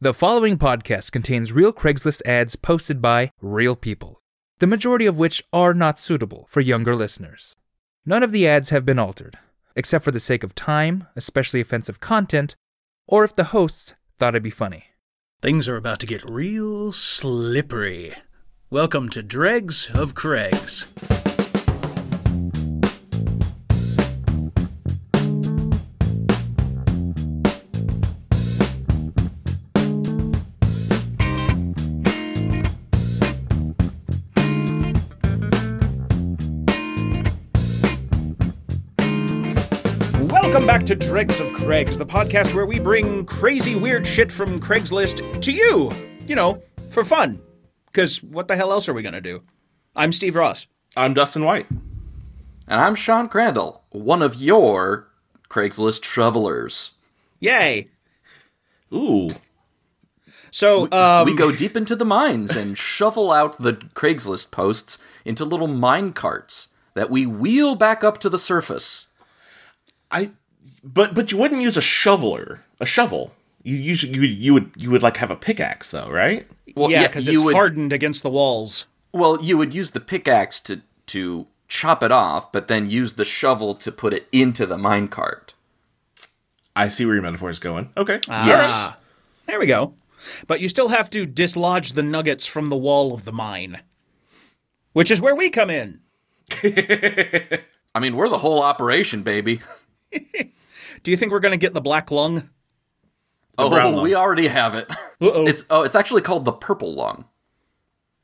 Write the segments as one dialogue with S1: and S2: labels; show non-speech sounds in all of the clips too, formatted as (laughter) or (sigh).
S1: The following podcast contains real Craigslist ads posted by real people, the majority of which are not suitable for younger listeners. None of the ads have been altered, except for the sake of time, especially offensive content, or if the hosts thought it'd be funny.
S2: Things are about to get real slippery. Welcome to Dregs of Craigs.
S3: Welcome back to Dregs of Craigs, the podcast where we bring crazy weird shit from Craigslist to you, you know, for fun. Because what the hell else are we going to do? I'm Steve Ross.
S4: I'm Dustin White.
S5: And I'm Sean Crandall, one of your Craigslist shovelers.
S3: Yay.
S4: Ooh,
S3: So, um,
S5: we go deep into the mines and shovel out the Craigslist posts into little mine carts that we wheel back up to the surface.
S4: I. But but you wouldn't use a shoveler, a shovel. You use you you would you would like have a pickaxe though, right?
S5: Well,
S3: yeah, because
S5: you
S3: it's
S5: would,
S3: hardened against the walls.
S5: Well, you would use the pickaxe to to chop it off, but then use the shovel to put it into the mine cart.
S4: I see where your metaphor is going. Okay.
S3: Ah, there we go. But you still have to dislodge the nuggets from the wall of the mine, which is where we come in.
S5: I mean, we're the whole operation, baby.
S3: Do you think we're going to get the black lung?
S4: brown
S5: Oh,
S4: lung.
S5: we already have it.
S3: Uh-oh.
S5: It's oh, it's actually called the purple lung.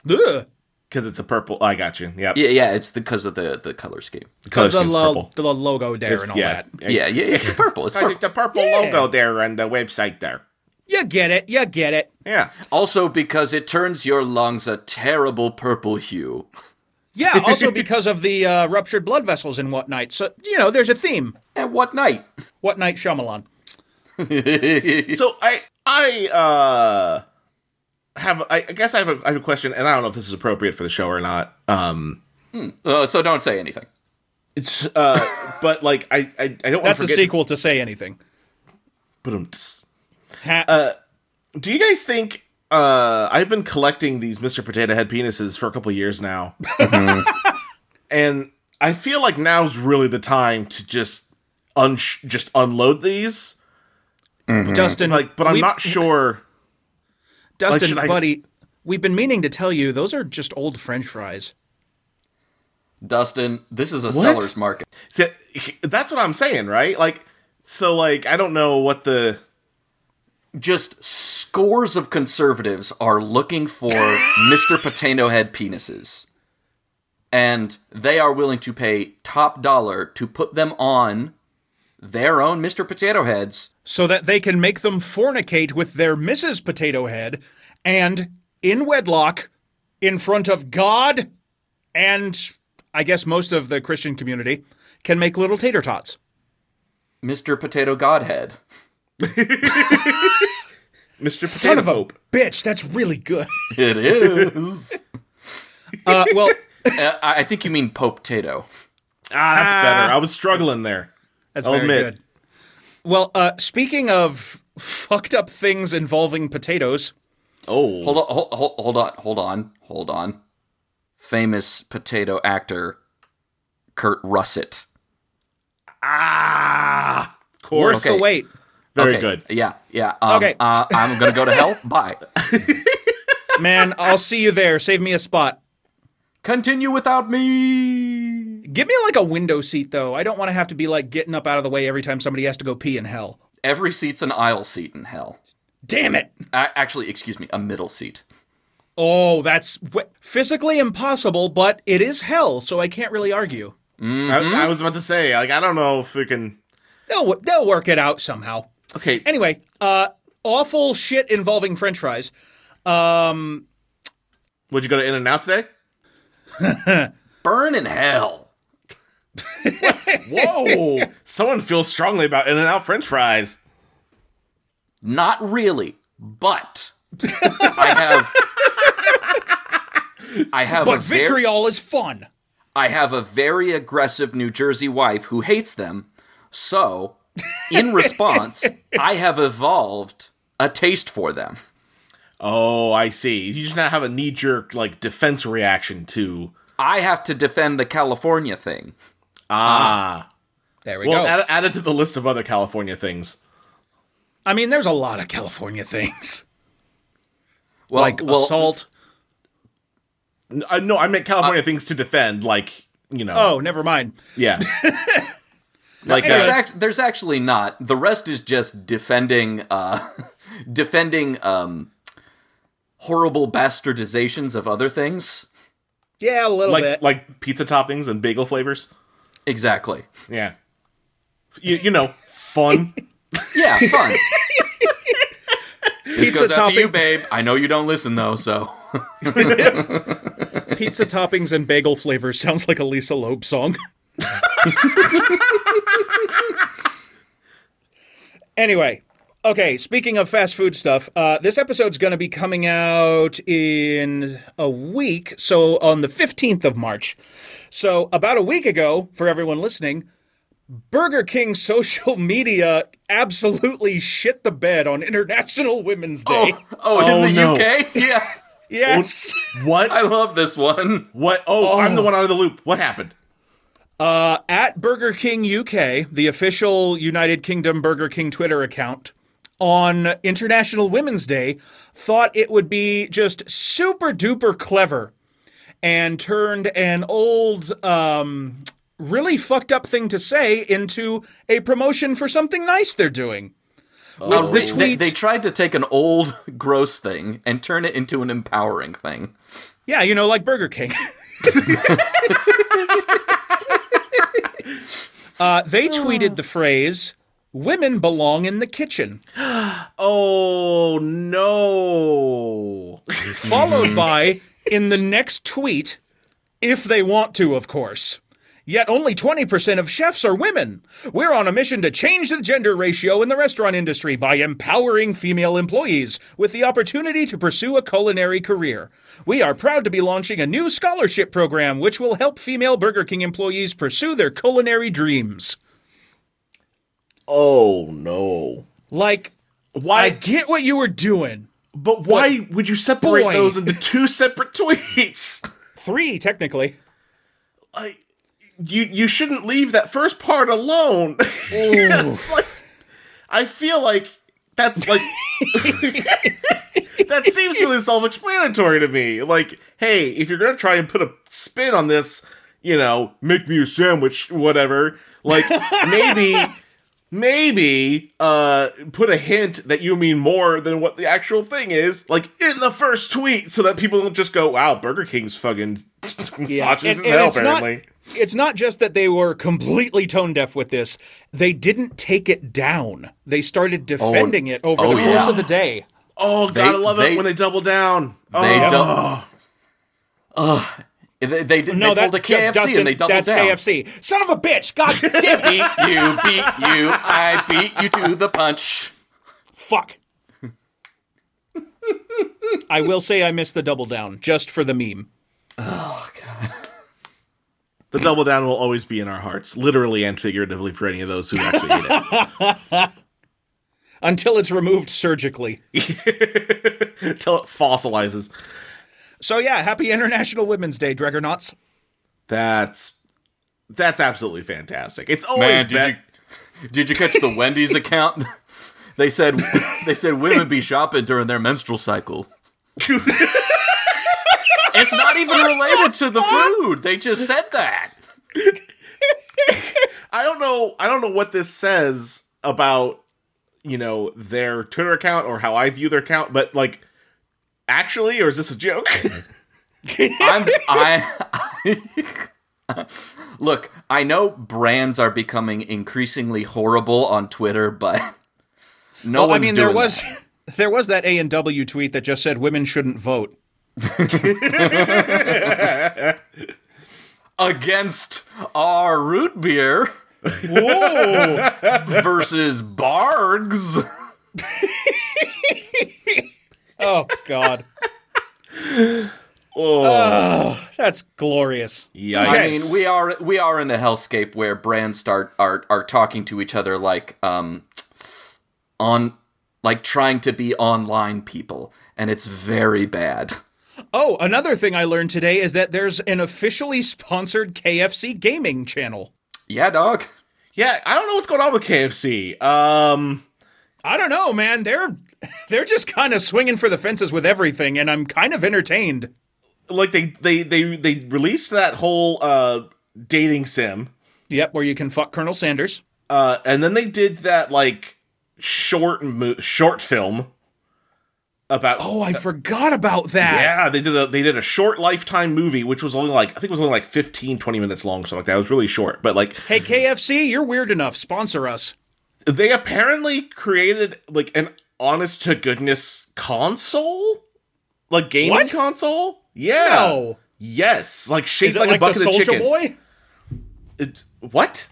S4: Oh,
S3: Ugh.
S4: Because it's a purple. I got you. Yep.
S5: Yeah, yeah, it's because of the the color scheme.
S4: The color
S3: The,
S4: scheme's
S3: lo-
S4: purple.
S3: the logo there and all
S4: yeah.
S3: that.
S4: it's-
S5: Yeah, yeah, it's
S4: (laughs)
S5: purple. It's
S4: I
S5: purple.
S4: think the purple logo there on the website there.
S3: You get it. You get it.
S4: Yeah.
S5: Also, because it turns your lungs a terrible purple hue.
S4: (laughs)
S3: Yeah, also because of the uh, ruptured blood vessels and whatnot. So, you know, there's a theme.
S5: At what night? (laughs)
S3: Whatnot Shyamalan.
S4: So I I uh have I, I guess I have, a, I have a question, and I don't know if this is appropriate for the show or not. Um.
S5: Uh, so don't say anything.
S4: It's
S3: (laughs)
S4: uh. but like I I, I don't want
S3: That's
S4: to
S3: a
S4: forget.
S3: sequel to Say Anything.
S4: But
S3: Ha-
S4: Uh, Do you guys think uh I've been collecting these Mr. Potato Head penises for a couple years now.
S3: Mm-hmm.
S4: and I feel like now's really the time to just un- just unload these.
S3: Dustin,
S4: Like but I'm
S3: we-
S4: not sure
S3: Dustin,
S4: should I-
S3: buddy, we've been meaning to tell you those are just old French fries.
S5: Dustin, this is a seller's market.
S4: See, that's what I'm saying, right? Like so like I don't know what the
S5: Just scores of conservatives are looking for (laughs) Mr. Potato Head penises. And they are willing to pay top dollar to put them on their own Mr. Potato Heads.
S3: So that they can make them fornicate with their Mrs. Potato Head and in wedlock in front of God and I guess most of the Christian community can make little tater tots.
S5: Mr. Potato Godhead.
S4: Mr. Potato
S3: Son of a
S4: Hope.
S3: bitch, that's really good. (laughs)
S5: It is.
S3: Uh, well,
S5: Uh, I I think you mean Pope Tato.
S4: Ah, that's better. I was struggling there.
S3: That's
S4: I'll
S3: very
S4: admit.
S3: good. Well, uh, speaking of fucked up things involving potatoes,
S4: Oh.
S5: Hold on, hold, hold, hold on, hold on, hold on. Famous potato actor Kurt Russett.
S4: Ah. Of course.
S3: worth the wait.
S4: Very
S5: Okay,
S4: good.
S5: Yeah, yeah. um,
S3: Okay.
S5: uh, I'm gonna go to hell. Bye.
S3: Man, I'll see you there. Save me a spot.
S5: Continue without me.
S3: Give me like a window seat though. I don't want to have to be like getting up out of the way every time somebody has to go pee in hell.
S5: Every seat's an aisle seat in hell.
S3: Damn it.
S5: A- actually, excuse me, a middle seat.
S3: Oh, that's wh- physically impossible, but it is hell, so I can't really argue. Mm-hmm.
S4: I, I was about to say like I don't know if we can
S3: They'll wo- they'll work it out somehow.
S4: Okay.
S3: Anyway, uh awful shit involving french fries.
S4: Would you go to In and Out today?
S5: Burn in hell.
S4: Whoa! Someone feels strongly about In and Out French fries.
S5: Not really, but I have. I have a
S3: But
S5: very-
S3: vitriol is fun.
S5: I have a very aggressive New Jersey wife who hates them. So, in response, I have evolved a taste for them.
S4: Oh, I see. You just not have a knee jerk like defense reaction to
S5: I have to defend the California thing.
S4: ah.
S3: There we
S4: well,
S3: go.
S4: add, add it to the list of other California things.
S3: I mean, there's a lot of California things (laughs)
S5: Well,
S3: like
S5: well,
S3: assault.
S4: N- uh, no, I meant California things to defend. Like you know.
S3: Oh, never mind.
S4: yeah. like uh,
S5: There's, act- there's actually not. The rest is just defending, uh, (laughs) defending um, horrible bastardizations of other things.
S3: Yeah, a little
S4: like
S3: bit.
S4: like pizza toppings and bagel flavors.
S5: Exactly.
S4: Yeah. You, you know, fun.
S5: Yeah, fun.
S3: (laughs)
S5: this
S3: Pizza
S5: goes out to you,
S3: topping.
S5: babe. I know you don't listen though, so
S3: Pizza toppings and bagel flavor sounds like a Lisa Loeb song. anyway, okay, speaking of fast food stuff, uh, this episode's going to be coming out in a week, so on the 15th of March. So, about a week ago, for everyone listening, Burger King (laughs) social media absolutely shit the bed on International Women's Day.
S5: Oh, oh,
S4: Oh,
S5: in the
S4: no.
S5: UK? (laughs) Yeah.
S3: yes.
S4: Oh, What?
S5: I love this one.
S4: what? Oh, I'm the one out of the loop. What happened?
S3: at Burger King UK, the official United Kingdom Burger King Twitter account, on International Women's Day, thought it would be just super duper clever and turned an old, um, really fucked up thing to say into a promotion for something nice they're doing. the
S5: Oh, they- They,
S3: tweet-
S5: they tried to take an old (laughs) gross thing and turn it into an empowering thing.
S3: Yeah, you know, like Burger King. (laughs) uh, they tweeted the phrase, Women belong in the kitchen.
S4: Oh no.
S3: followed by in the next tweet, if they want to, of course. Yet only 20% of chefs are women. We're on a mission to change the gender ratio in the restaurant industry by empowering female employees with the opportunity to pursue a culinary career. We are proud to be launching a new scholarship program which will help female Burger King employees pursue their culinary dreams.
S4: Oh no.
S3: Like,
S4: Why?
S3: I get what you were doing.
S4: but why would you separate
S3: Boy.
S4: those into two separate (laughs) tweets?
S3: Three, technically.
S4: I, you you shouldn't leave that first part alone. (laughs) It's like- I feel like that's like (laughs) that seems really self-explanatory to me. Like, hey, if you're gonna try and put a spin on this, you know, make me a sandwich, whatever.
S3: (laughs)
S4: Like, maybe, maybe, uh, put a hint that you mean more than what the actual thing is, like in the first tweet, so that people don't just go, "Wow, Burger King's fucking (laughs) misogynist
S3: and-
S4: as
S3: and
S4: hell."
S3: it's not-
S4: Apparently,
S3: it's not just that they were completely tone deaf with this. They didn't take it down. They started defending it over
S5: oh,
S3: the course
S5: yeah.
S3: of the day.
S4: Oh, gotta love
S5: they-
S4: it when they double down. Oh,
S5: They don't. Ugh. They, they, did-
S3: No,
S5: they
S3: that
S5: pulled a KFC
S3: Dustin,
S5: and they doubled
S3: that's
S5: down.
S3: KFC. Son of a bitch! God
S5: (laughs)
S3: damn it!
S5: Beat you, beat you, I beat you to the punch.
S3: Fuck. I will say I missed the double down just for the meme.
S4: the double down will always be in our hearts, literally and figuratively, for any of those who actually eat it.
S3: Until it's removed surgically.
S4: (laughs) Until it fossilizes.
S3: So yeah, happy International Women's Day, Dregonauts.
S4: That's that's absolutely fantastic. It's always
S5: Man, did
S4: been-
S5: you did you catch the Wendy's account? (laughs) They said they said women be shopping during their menstrual cycle. it's not even related to the food. They just said that.
S4: I don't know. I don't know what this says about you know their Twitter account or how I view their account, but like actually, or is this a
S5: (laughs)
S4: joke?
S5: I'm I (laughs) Look, I know brands are becoming increasingly horrible on Twitter, but
S3: I
S5: no one's
S3: mean,
S5: doing
S3: there was (laughs)
S5: that.
S3: there was that A and W tweet that just said women shouldn't vote.
S5: against our root beer
S3: Whoa!
S5: (laughs) versus Bargs.
S3: oh God.
S4: oh,
S3: That's glorious.
S4: yikes!
S5: I
S3: Yes.
S5: mean, we are we are in a hellscape where brands start are are talking to each other like um on like trying to be online people, and it's very bad.
S3: Oh, another thing I learned today is that there's an officially sponsored KFC gaming channel.
S5: Yeah, dog.
S4: Yeah, I don't know what's going on with KFC. Um,
S3: I don't know, man. They're (laughs) they're just kind of swinging for the fences with everything, and I'm kind of entertained.
S4: like they they they they released that whole uh dating sim,
S3: Yep, where you can fuck Colonel Sanders.
S4: uh, and then they did that like short mo- short film about
S3: Oh, I forgot about that.
S4: Yeah, they did a they did a short lifetime movie, which was only like I think it was only like 15, 20 minutes long, something like that. It was really short, but like
S3: Hey, KFC, you're weird enough. Sponsor us.
S4: they apparently created like an honest to goodness console, like gaming
S3: What?
S4: console. Yeah.
S3: No.
S4: Yes,
S3: Oh.
S4: like
S3: Is
S4: shaped
S3: it
S4: like, a
S3: like, the
S4: bucket of
S3: Soldier
S4: chicken.
S3: Boy?
S4: It- what?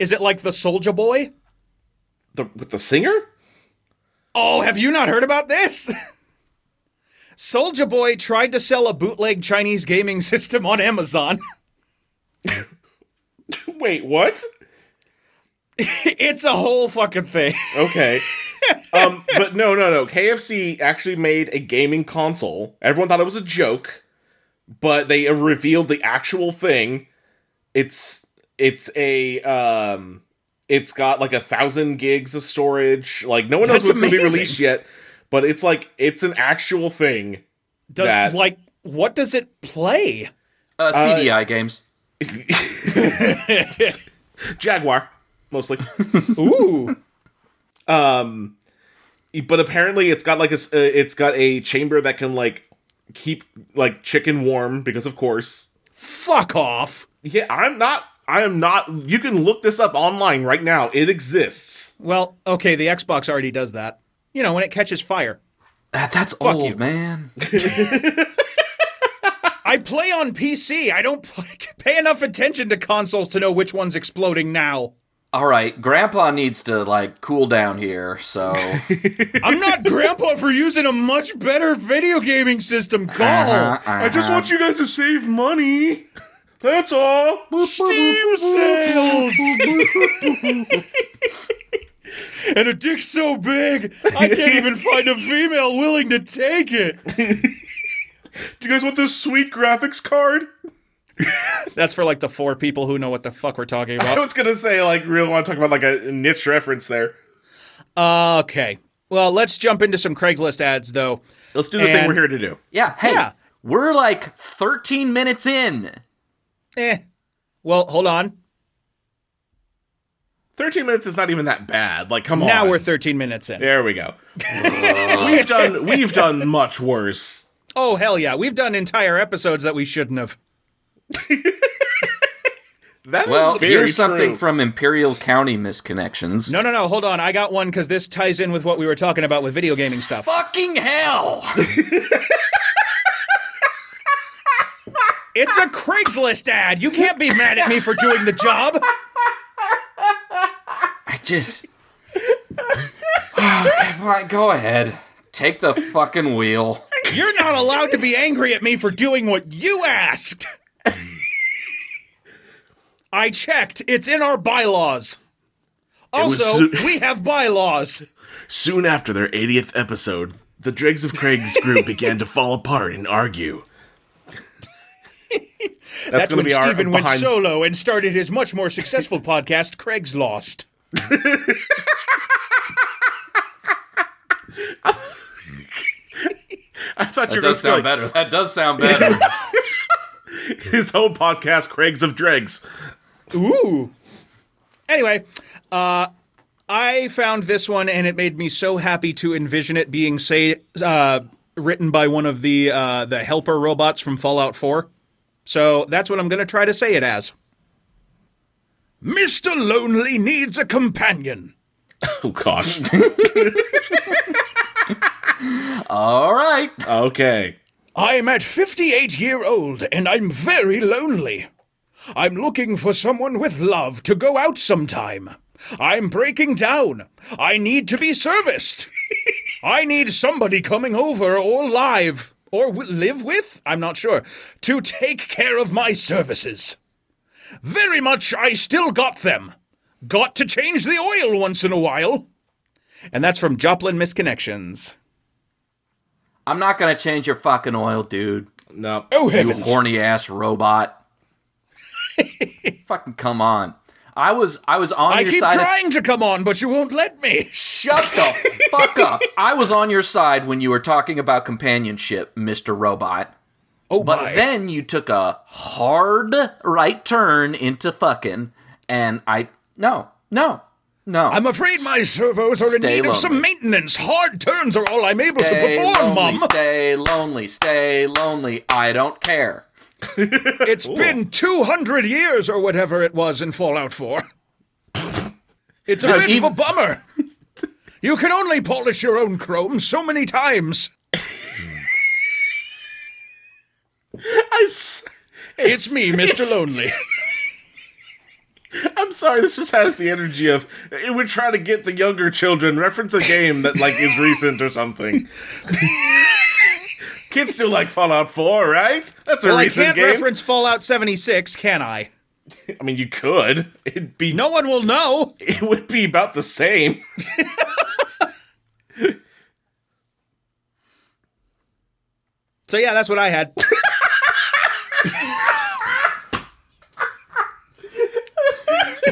S3: Is it like the Soldier Boy?
S4: The, with the singer?
S3: Oh, have you not heard about this? (laughs) Soldier Boy tried to sell a bootleg Chinese gaming (laughs) system on Amazon. (laughs)
S4: Wait, what?
S3: it's a whole fucking thing. (laughs)
S4: Okay. um, but no, no, no. KFC actually made a gaming console. Everyone thought it was a joke, but they revealed the actual thing. It's it's a um, it's got like a thousand gigs of storage. Like no one knows
S3: That's
S4: what's going to be
S3: amazing.
S4: released yet, but it's like it's an actual thing.
S3: Does,
S4: That-
S3: Like, what does it play? (laughs)
S5: Uh, CDI games.
S4: Jaguar
S3: (laughs)
S4: mostly.
S3: Ooh.
S4: but apparently it's got like a s- uh, it's got a chamber that can like keep like chicken warm because of course
S3: fuck off.
S4: yeah i'm not i am not you can look this up online right now it exists
S3: Well, okay, the Xbox already does that. You know, when it catches fire.
S5: Ah, that's old,
S3: you.
S5: man.
S3: I play on PC. I don't (laughs) play, pay enough attention to consoles to know which one's exploding now.
S5: All right, Grandpa needs to like cool down here.
S4: (laughs)
S5: So
S3: I'm not grandpa for using a much better video gaming system. Go.
S4: Oh,
S5: uh-huh,
S4: i just
S3: Uh-huh.
S4: want you guys to save money (laughs) that's all
S3: Steam sales. and a dick so big, I (laughs) can't even find a female willing to take it.
S4: do you guys want this sweet graphics card
S3: That's for like the four people who know what the fuck we're talking
S4: i
S3: (laughs) about.
S4: was gonna say like really want to talk about like a niche reference there
S3: Okay. Well, let's jump into some Craigslist ads though.
S4: let's do the thing
S3: And-
S4: we're here to do
S5: yeah. Hey,
S3: Yeah.
S5: we're like 13 minutes in.
S3: Eh. Well, hold on.
S4: 13 minutes is not even that bad like come on
S3: Now we're 13 minutes in.
S4: there we
S3: (laughs)
S4: go we've done we've done much worse
S3: Oh, hell yeah. We've done entire episodes that we shouldn't have.
S4: That is
S5: Well,
S4: very
S5: here's something
S4: true.
S5: from Imperial County misconnections.
S3: No, no, no. Hold on. I got one because this ties in with what we were talking about with video gaming stuff.
S5: Fucking hell!
S3: It's a Craigslist ad. You can't be mad at me for doing the job. (laughs)
S5: I just. Ah, okay, fine, go ahead. Take the fucking
S3: (laughs)
S5: wheel.
S3: You're not allowed to be angry at me for doing what you asked. I checked. It's in our bylaws.
S4: was
S3: Also,
S4: su-
S3: we have bylaws.
S4: Soon after their 80th episode, the dregs of Craig's
S3: (laughs)
S4: group began to fall apart and argue. That's,
S3: That's
S4: gonna
S3: when
S4: be our
S3: Steven went
S4: behind-
S3: solo and started his much more successful podcast, Craig's Lost.
S4: I thought you were going
S5: That
S4: to
S5: does
S4: like,
S5: sound better. That does
S3: (laughs)
S5: sound better.
S4: his whole podcast, Craig's of Dregs.
S3: Ooh. Anyway, uh, I found this one and it made me so happy to envision it being say uh, written by one of the uh, the helper robots from Fallout 4. So that's what I'm going to try to say it as. Mr. Lonely needs a companion.
S4: Oh, gosh.
S5: All right.
S4: (laughs) okay.
S3: I'm at 58 year old and I'm very lonely. I'm looking for someone with love to go out sometime. I'm breaking down. I need to be (laughs) serviced. I need somebody coming over or live or w- live with, I'm not sure, to take care of my services. Very much I still got them. Got to change the oil once in a while. And that's from Joplin Misconnections.
S5: I'm not gonna change your fucking oil, dude.
S4: No.
S3: Oh,
S5: You
S3: heavens.
S5: horny ass robot. fucking come on. I was I was on
S3: I
S5: your
S3: keep
S5: side. of-
S3: trying to come on, but you won't let me.
S5: Shut the fuck up. I was on your side when you were talking about companionship, Mr. Robot.
S3: Oh,
S5: But
S3: my.
S5: then you took a hard right turn into fucking, and I no no no.
S3: I'm afraid my servos are in
S5: Stay
S3: need of some
S5: lonely.
S3: maintenance. Hard turns are all I'm able
S5: stay
S3: to perform, (laughs)
S5: lonely,
S3: Mum.
S5: stay lonely, stay lonely. I don't care.
S3: It's been 200 years or whatever it was in Fallout 4. (laughs) It's a bit
S5: even-
S3: of a bummer. You can only polish your own chrome so many times.
S4: I'm, s-
S3: It's me,
S5: (laughs)
S3: Mr. Lonely.
S4: I'm sorry. This just has the energy of it would try to get the younger children reference a game that like is recent
S3: (laughs)
S4: or something. Kids still like Fallout 4, right? That's a
S3: Well, I
S4: recent
S3: can't
S4: game.
S3: reference Fallout 76, can I?
S4: I mean, you could. It'd be
S3: No one will know.
S4: (laughs) It would be about the same. (laughs)
S3: So yeah, that's what I had.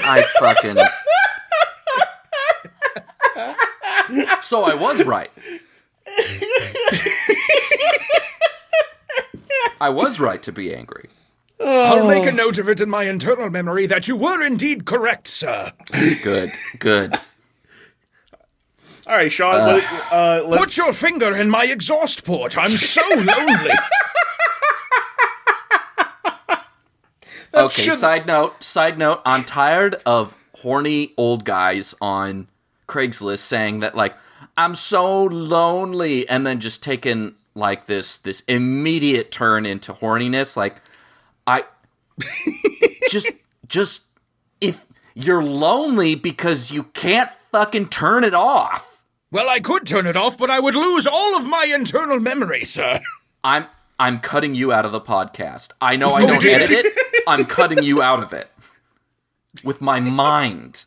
S5: I fucking. so I was right. I was right to be angry.
S3: I'll make
S5: Oh.
S3: a note of it in my internal memory that you were indeed correct, sir.
S5: Good, good.
S4: All right, Sean. what, uh, let's,
S3: Put your finger in my exhaust port. I'm so (laughs) lonely.
S5: okay, side note, side note, I'm tired of horny old guys on Craigslist saying that like I'm so lonely and then just taking like this this immediate turn into horniness like I (laughs) just just if you're lonely because you can't fucking turn it off.
S3: well, I could turn it off, but I would lose all of my internal memory, sir.
S5: I'm I'm cutting you out of the podcast. I know I don't edit it. I'm cutting you out of it with my mind.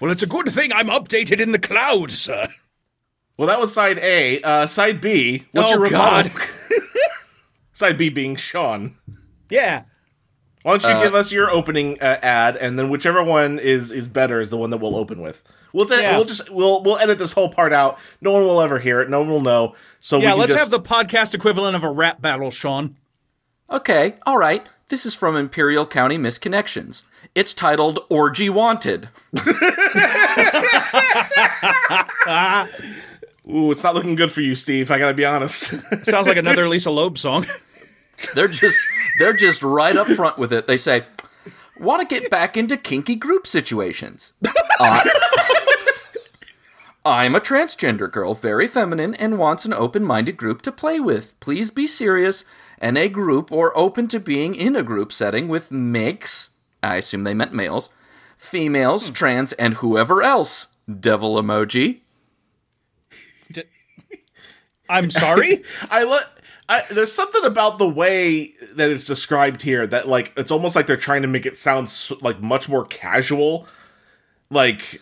S3: Well, it's a good thing I'm updated in the cloud, sir.
S4: well, that was side A. Uh, side B. What's
S3: Oh,
S4: your rebuttal? (laughs)
S3: God.
S4: side B being Sean.
S3: Yeah.
S4: Why don't you give us your opening uh, ad, and then whichever one is is better is the one that we'll open with. We'll ta-
S3: Yeah.
S4: we'll just we'll we'll edit this whole part out. No one will ever hear it. No one will know. So we
S3: Yeah,
S4: can
S3: let's
S4: just-
S3: have the podcast equivalent of a rap battle, Sean.
S5: Okay, all right. This is from Imperial County Misconnections. It's titled Orgy Wanted.
S4: Ooh, it's not looking good for you, Steve. I gotta be honest. (laughs)
S3: Sounds like (laughs) another Lisa Loeb song.
S5: They're just (laughs) they're just right up front with it. They say, "Want to get back into kinky group situations." Uh, I'm a transgender girl, very feminine, and wants an open-minded group to play with. Please be serious and a group or open to being in a group setting with mix. I assume they meant males, females, trans, and whoever else. Devil emoji.
S3: I'm sorry?
S4: I let. I, there's something about the way that it's described here that like it's almost like they're trying to make it sound s like much more casual, like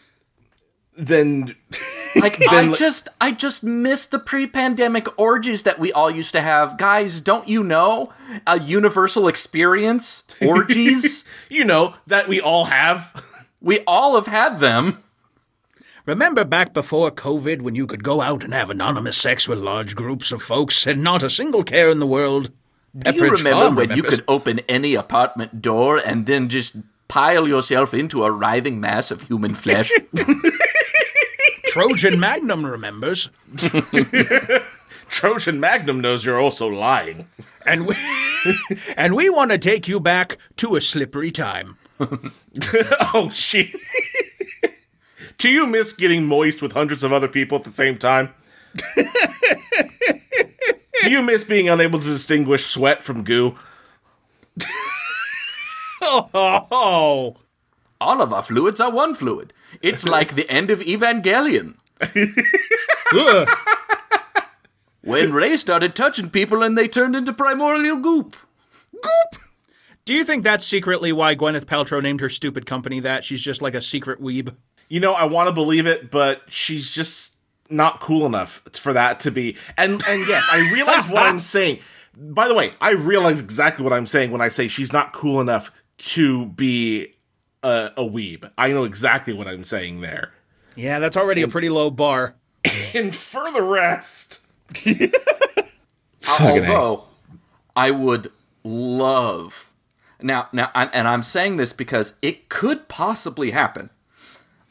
S4: than (laughs)
S5: Like I just I just miss the pre-pandemic orgies that we all used to have. Guys, don't you know? A universal experience, orgies.
S4: you know that we all have. (laughs)
S5: we all have had them.
S3: (laughs) Remember back before COVID when you could go out and have anonymous sex with large groups of folks and not a single care in the world?
S5: Do you
S3: Pepperidge
S5: remember
S3: Farm
S5: when you
S3: remembers.
S5: could open any apartment door and then just pile yourself into a writhing mass of human flesh?
S3: Trojan Magnum remembers.
S4: Trojan Magnum knows you're also lying. (laughs)
S3: And we (laughs) and we want to take you back to a slippery time.
S4: Oh shit. (laughs) Do you miss getting moist with hundreds of other people at the same time? (laughs) Do you miss being unable to distinguish sweat from goo?
S3: Oh,
S5: all of our fluids are one fluid. It's like the end of Evangelion.
S3: Ugh.
S5: When Ray started touching people and they turned into primordial goop.
S3: do you think that's secretly why Gwyneth Paltrow named her stupid company that? She's just like a secret weeb.
S4: you know, I want to believe it, but she's just not cool enough for that to be. And and yes, I realize what (laughs) I'm saying. By the way, I realize exactly what I'm saying when I say she's not cool enough to be a, a weeb. I know exactly what I'm saying there.
S3: Yeah, that's already a pretty low bar.
S4: In further rest, A.
S5: Uh, Although I would love now now I- and I'm saying this because it could possibly happen.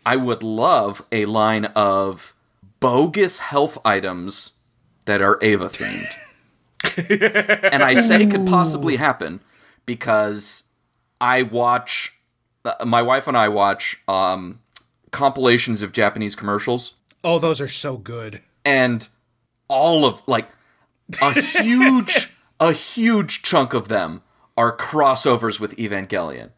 S5: I would love a line of bogus health items that are Ava themed. and I say it could possibly happen because I watch uh, my wife and I watch um, compilations of Japanese commercials
S3: Oh, those are so good.
S5: and all of like
S3: (laughs)
S5: a huge a huge chunk of them are crossovers with Evangelion.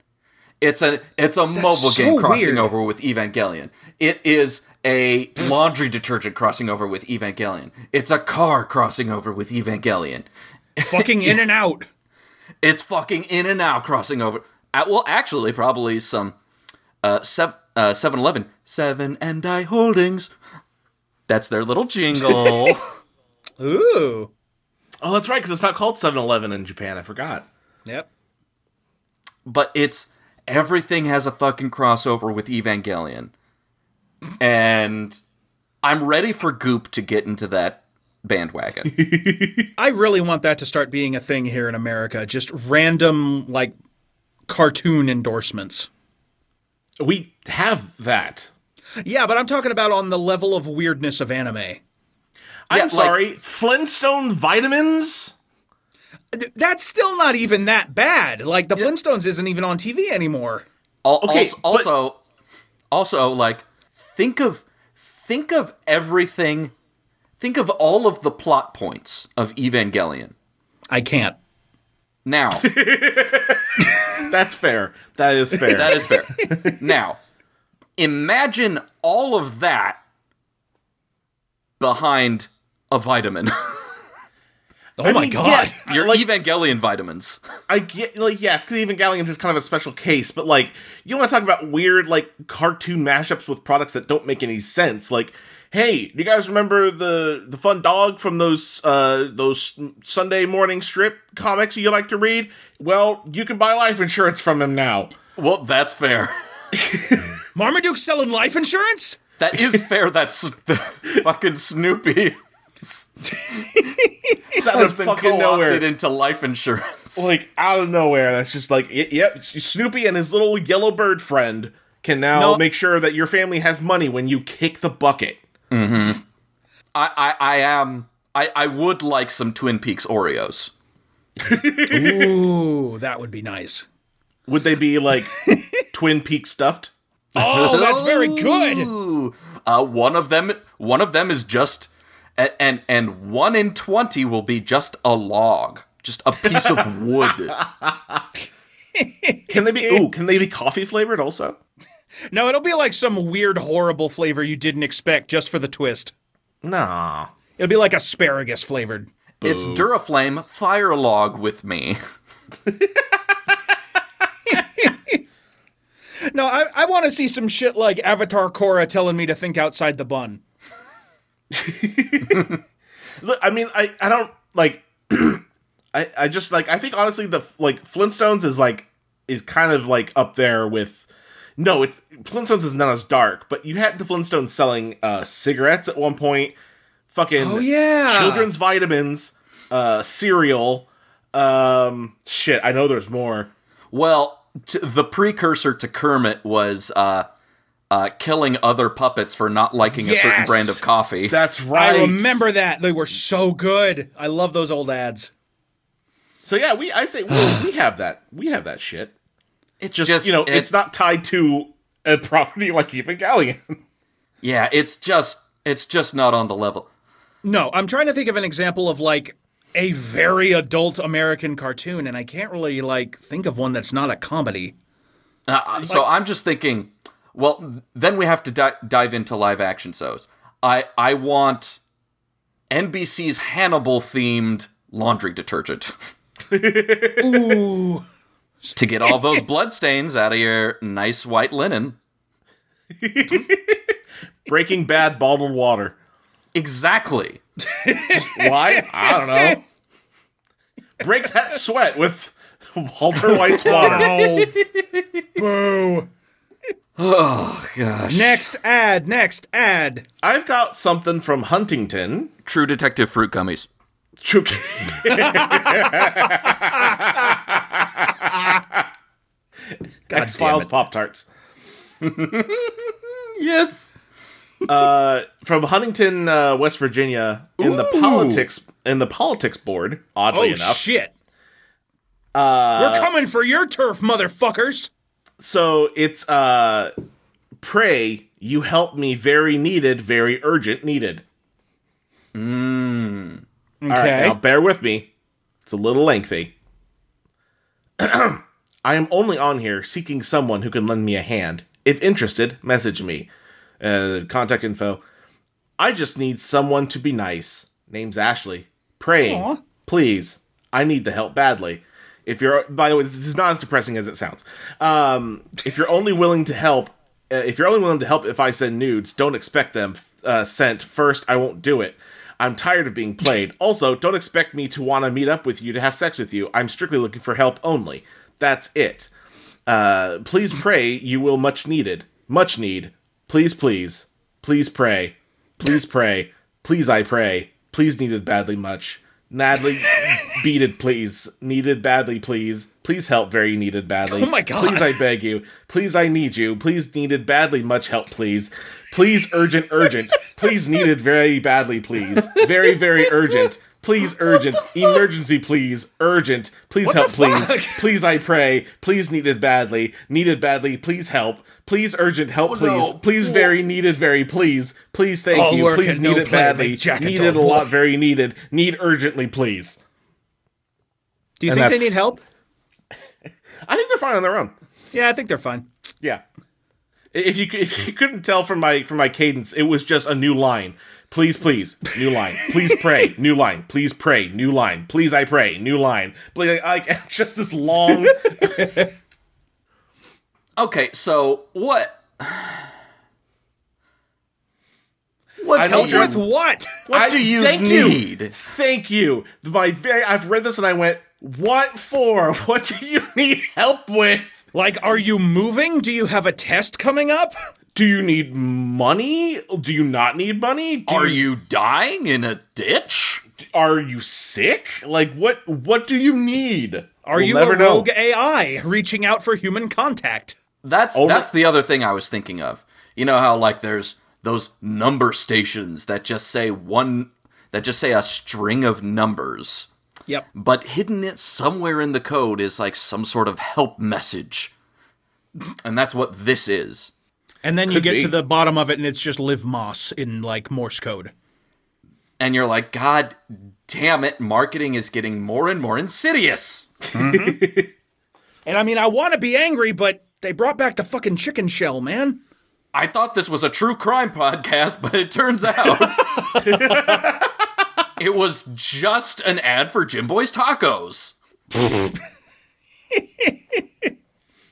S5: It's a it's a mobile
S3: so
S5: game crossing
S3: weird.
S5: over with Evangelion. It is a laundry detergent crossing over with Evangelion. It's a car crossing over with Evangelion.
S3: Fucking in and out.
S5: It's fucking in and out crossing over. Uh, well, actually, probably some uh, sev- uh, 7-Eleven. Seven and I Holdings. That's their
S3: (laughs)
S5: little jingle.
S3: (laughs) Ooh.
S4: oh, that's right, because it's not called 7-Eleven in Japan. I forgot.
S3: Yep.
S5: but it's everything has a fucking crossover with Evangelion. And I'm ready for Goop to get into that
S4: (laughs)
S5: bandwagon.
S3: I really want that to start being a thing here in America. Just random like cartoon endorsements.
S4: We have that.
S3: Yeah, but I'm talking about on the level of weirdness of anime.
S4: I'm
S5: Yeah, like-
S4: sorry, Flintstone vitamins.
S3: Th- That's still not even that bad. Like the Flintstones isn't even on TV anymore.
S5: Al-
S4: Okay,
S5: also,
S4: but-
S5: also, also, like think of think of everything. Think of all of the plot points of Evangelion.
S3: I can't.
S4: (laughs)
S5: Now,
S4: That's fair. That (laughs) is fair.
S5: That is fair. now, imagine all of that behind a vitamin.
S3: Oh
S4: I
S3: my
S4: mean,
S3: god. (laughs)
S4: yeah,
S5: Your
S4: like,
S5: Evangelion vitamins.
S4: I get like yes, because even Galleon's is kind of a special case, but like you want to talk about weird like cartoon mashups with products that don't make any sense. Like, hey, do you guys remember the the fun dog from those uh those Sunday morning strip comics you like to read? Well, you can buy life insurance from him now.
S5: Well, that's fair.
S3: Marmaduke's selling life (laughs) insurance?
S5: That (laughs) is fair. That's fucking Snoopy
S4: It's out
S5: has
S4: of
S5: been
S4: fucking
S5: co-opted
S4: nowhere.
S5: into life insurance.
S4: like out of nowhere. That's just like y- yep. Snoopy and his little yellow bird friend can now
S3: No.
S4: make sure that your family has money when you kick the bucket.
S5: (laughs) I, I, I am. I, I would like some Twin Peaks Oreos.
S3: Ooh, that would be nice.
S4: Would they
S3: (laughs)
S4: be like Twin Peak stuffed?
S3: Oh, that's very good.
S5: Ooh, uh, one of them. One of them is just, and and, and one in twenty will be just a log, just a piece of (laughs) wood.
S4: Can they be? Ooh, can
S3: (laughs)
S4: they be coffee flavored also?
S3: (laughs) No, it'll be like some weird, horrible flavor you didn't expect just for the twist.
S4: Nah.
S3: It'll be like asparagus flavored.
S5: It's Duraflame fire log with me.
S3: No, I, I want to see some shit like Avatar Korra telling me to think outside the bun.
S4: Look, I mean, I I don't like. (clears throat) I I just like I think honestly the like Flintstones is like is kind of like up there with. No, it Flintstones is not as dark, but you had the Flintstones selling uh cigarettes at one point, fucking
S3: Oh, yeah.
S4: children's vitamins, uh cereal, um shit, I know there's more.
S5: Well, t- the precursor to Kermit was uh, uh, killing other puppets for not liking a certain
S3: Yes!
S5: brand of coffee.
S4: That's right.
S3: I remember that. They were so good. I love those old ads.
S4: So yeah, we I say well, we have that. We have that shit.
S5: it's
S4: just, you know, it's not tied to a property (laughs) like Evangelion.
S5: Yeah, it's just it's just not on the level.
S3: No, I'm trying to think of an example of like a very adult American cartoon, and I can't really like think of one that's not a comedy.
S5: Uh, uh, so I'm just thinking. Well, then we have to di- dive into live action shows. I I want NBC's Hannibal themed laundry detergent (laughs)
S3: Ooh.
S4: (laughs)
S5: to get all those bloodstains out of your nice white linen.
S4: Breaking Bad bottled water.
S5: Exactly.
S4: Why? I don't know. Break that sweat with Walter White's water. (laughs)
S3: Oh, boo.
S5: Oh gosh.
S3: Next ad, next ad.
S4: I've got something from (laughs) Huntington.
S5: True Detective fruit gummies.
S4: True- X Files
S5: it.
S4: Pop Tarts.
S5: Yes.
S4: From Huntington, uh, West Virginia, in the politics in the politics board,
S3: Oh
S4: oddly enough.
S3: shit.
S4: Uh,
S3: We're coming for your turf, motherfuckers.
S4: So it's uh pray you help me very needed, very urgent needed. All right, now bear with me. It's a little lengthy. (clears throat) I am only on here seeking someone who can lend me a hand. If interested, message me. Uh, contact info. I just need someone to be nice. Name's Ashley. Praying. Please. I need the help badly. If you're, by the way, this is not as depressing as it sounds. Um, if you're only willing to help, uh, if you're only willing to help if I send nudes, don't expect them uh, sent first. I won't do it. I'm tired of being played. Also, don't expect me to want to meet up with you to have sex with you. I'm strictly looking for help only. That's it. Uh, please pray you will much needed. Much need. Please, please. Please pray. Please pray. Please, I pray. Please needed badly much.
S3: (laughs)
S4: Nadly beated, please. Needed badly, please. Please help very needed badly.
S3: Oh my God.
S4: Please, I beg you. Please, I need you. Please needed badly much help, please. Please urgent, urgent. Please needed very badly, please. Very, very urgent. Please urgent. Emergency, please. Urgent. Please help, please.
S3: fuck?
S4: Please, I pray. Please needed badly. Needed badly. Please help. Please urgent help, please.
S5: no.
S4: Please very needed very please. Please thank
S3: All
S4: you.
S3: work
S4: Please
S3: and
S4: need
S3: no
S4: it
S3: play
S4: badly.
S3: make Jack a
S4: Needed a
S3: dull
S4: lot
S3: boy.
S4: very needed. Need urgently please.
S3: Do you
S4: And
S3: think they
S4: that's-
S3: need help?
S4: I think they're fine on their own.
S3: Yeah, I think they're fine.
S4: Yeah. If you if you couldn't tell from my from my cadence, it was just a new line. Please, please, new line. Please pray, new line. Please pray, new line. Please, I pray, new line. Please, like (laughs) just this long.
S5: Okay, so what? What
S4: I
S5: help
S4: don't-
S5: with
S3: With what?
S5: What
S4: I-
S5: do you
S4: thank you.
S5: need?
S4: Thank you. My very, I've read this and I went, what for? (laughs) What do you need help with?
S3: Like, are you moving? Do you have a test coming up?
S4: Do you need money? Do you not need money? Do
S5: Are you dying in a ditch?
S4: are you sick? Like what what do you need?
S3: Are
S4: We'll
S3: you a
S4: never know.
S3: rogue AI reaching out for human contact?
S5: That's
S4: Only-
S5: that's the other thing I was thinking of. You know how like there's those number stations that just say one that just say a string of numbers,
S3: Yep.
S5: but hidden it somewhere in the code is like some sort of help message. And that's what this is.
S3: And then you
S4: Could
S3: get
S4: be.
S3: to the bottom of it and it's just live moss in like Morse code.
S5: And you're like, God damn it, marketing is getting more and more insidious.
S3: And I mean, I want to be angry, but they brought back the fucking chicken shell, man.
S5: I thought this was a true crime podcast, but it
S4: (laughs)
S5: turns out it was just an ad for Jim Boy's Tacos.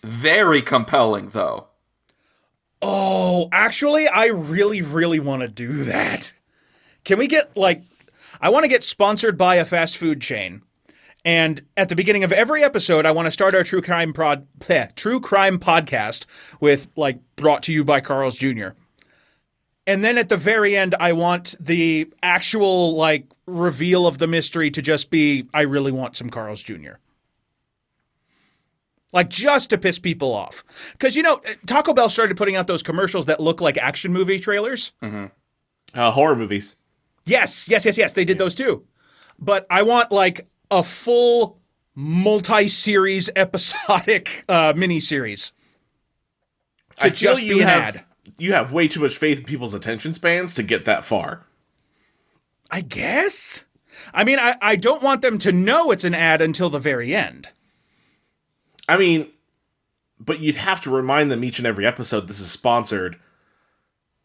S5: Very compelling, though.
S3: Oh, actually, I really, really want to do that. Can we get like, I want to get sponsored by a fast food chain. And at the beginning of every episode, I want to start our true crime prod, bleh, true crime podcast with like brought to you by Carl's Jr. And then at the very end, I want the actual like reveal of the mystery to just be I really want some Carl's Jr. Like just to piss people off. Because you know, Taco Bell started putting out those commercials that look like action movie trailers.
S4: Hmm. uh, horror movies?
S3: Yes, yes, yes, yes. They did those too. But I want like a full multi-series episodic (laughs) uh miniseries. To
S4: I feel
S3: just be an
S4: have,
S3: ad.
S4: You have way too much faith in people's attention spans to get that far.
S3: I guess. I mean, I, I don't want them to know it's an ad until the very end.
S4: I mean, but you'd have to remind them each and every episode this is sponsored.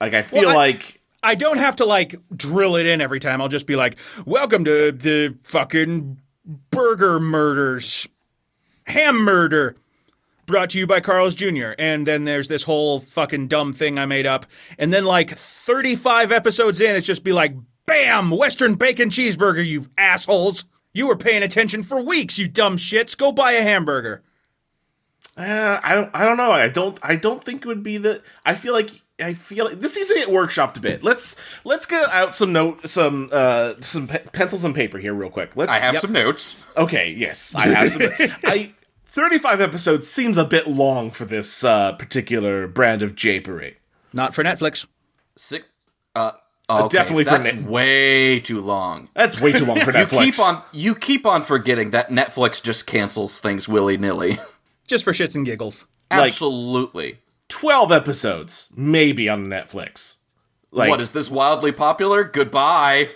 S4: Like I feel
S3: Well, I-
S4: like
S3: I don't have to like drill it in every time. I'll just be like, "Welcome to the fucking burger murders, ham murder, brought to you by Carl's Jr. And then there's this whole fucking dumb thing I made up. And then like 35 episodes in, it's just be like, bam, Western bacon cheeseburger, you assholes. You were paying attention for weeks, you dumb shits. Go buy a hamburger.
S4: Uh, I don't. I don't know. I don't. I don't think it would be the. I feel like. I feel like this needs to get workshopped a bit. Let's let's get out some note, some uh, some pe- pencils and paper here, real quick. Let's.
S5: I have some notes.
S4: Okay. Yes, I have
S5: (laughs)
S4: some. I thirty-five episodes seems a bit long for this uh, particular brand of japery.
S3: Not for Netflix.
S5: Sick. Uh, okay,
S4: definitely for
S5: that's
S4: Nick.
S5: way too long.
S4: That's way too long for Netflix.
S5: Keep on. (laughs) You keep on forgetting that Netflix just cancels things willy nilly.
S3: Just for shits and giggles.
S4: Like-
S5: Absolutely.
S4: Twelve episodes, maybe on Netflix. Like
S5: what is this wildly popular?
S3: (laughs)
S5: Goodbye.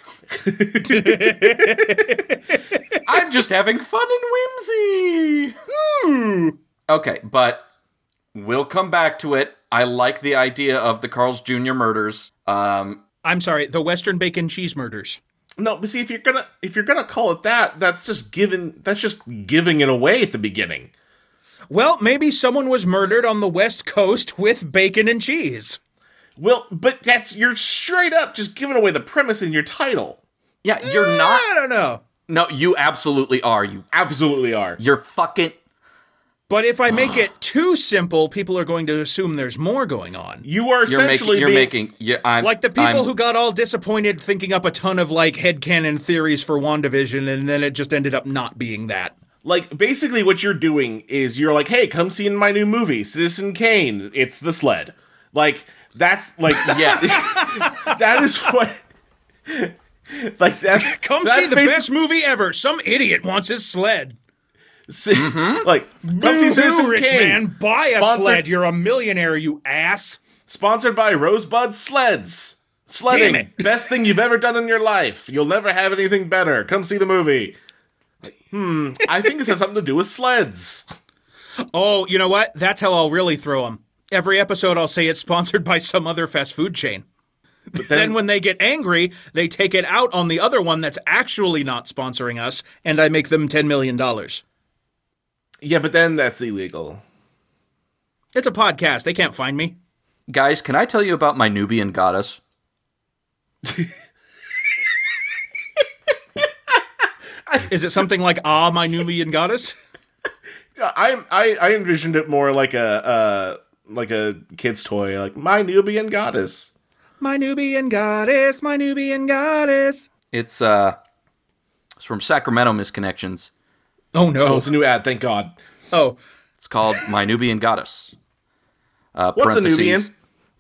S5: I'm just having fun and whimsy.
S3: Hmm.
S5: Okay, but we'll come back to it. I like the idea of the Carl's Jr. murders. Um,
S3: I'm sorry, the Western bacon cheese murders.
S4: No, but see if you're gonna if you're gonna call it that, that's just giving that's just giving it away at the beginning.
S3: Well, maybe someone was murdered on the West Coast with bacon and cheese.
S4: Well, but that's you're straight up just giving away the premise in your title.
S5: yeah, you're not.
S3: I don't know.
S5: No, you absolutely are. You.
S4: Absolutely are.
S5: You're fucking.
S3: But if I make it too simple, people are going to assume there's more going on.
S4: You are
S5: You're making.
S4: essentially
S5: You're
S4: being-
S5: making. Yeah, I'm,
S3: Like the people
S5: I'm-
S3: who got all disappointed thinking up a ton of like headcanon theories for WandaVision and then it just ended up not being that.
S4: like basically what you're doing is you're like, hey, come see in my new movie, Citizen Kane. It's the sled. Like that's
S5: (laughs)
S4: like
S3: (laughs)
S5: Yes.
S4: that is what. (laughs) Like that's
S3: Come
S4: that's
S3: see the
S4: basi-
S3: best movie ever. Some idiot wants his sled.
S5: Mm-hmm.
S4: Like come see
S3: Boo-hoo,
S4: Citizen
S3: rich
S4: Kane.
S3: man, buy a
S4: Sponsored-
S3: sled. You're a millionaire, you ass.
S4: Sponsored by Rosebud Sleds. Sledding.
S3: Damn it.
S4: Best thing you've ever done in your life. You'll never have anything better. Come see the movie. Hmm. I think this has something to do with sleds.
S3: Oh, you know what? That's how I'll really throw them. Every episode, I'll say it's sponsored by some other fast food chain.
S4: But
S3: Then,
S4: then,
S3: when they get angry, they take it out on the other one that's actually not sponsoring us, and I make them $10 million. It's
S4: yeah, but then that's illegal.
S3: a podcast. They can't find me.
S5: Guys, can I tell you about my Nubian goddess?
S3: Is it something like, ah, my Nubian goddess?
S4: Yeah, I I, I envisioned it more like a uh, like a kid's toy, like my Nubian goddess.
S3: (laughs) My Nubian goddess, my Nubian goddess.
S5: It's uh, it's from Sacramento Misconnections.
S3: Oh,
S4: Oh,
S3: no.
S4: it's a new ad. Thank God.
S3: Oh,
S5: It's called My Nubian Goddess. Uh,
S4: What's a
S5: parentheses,
S4: Nubian?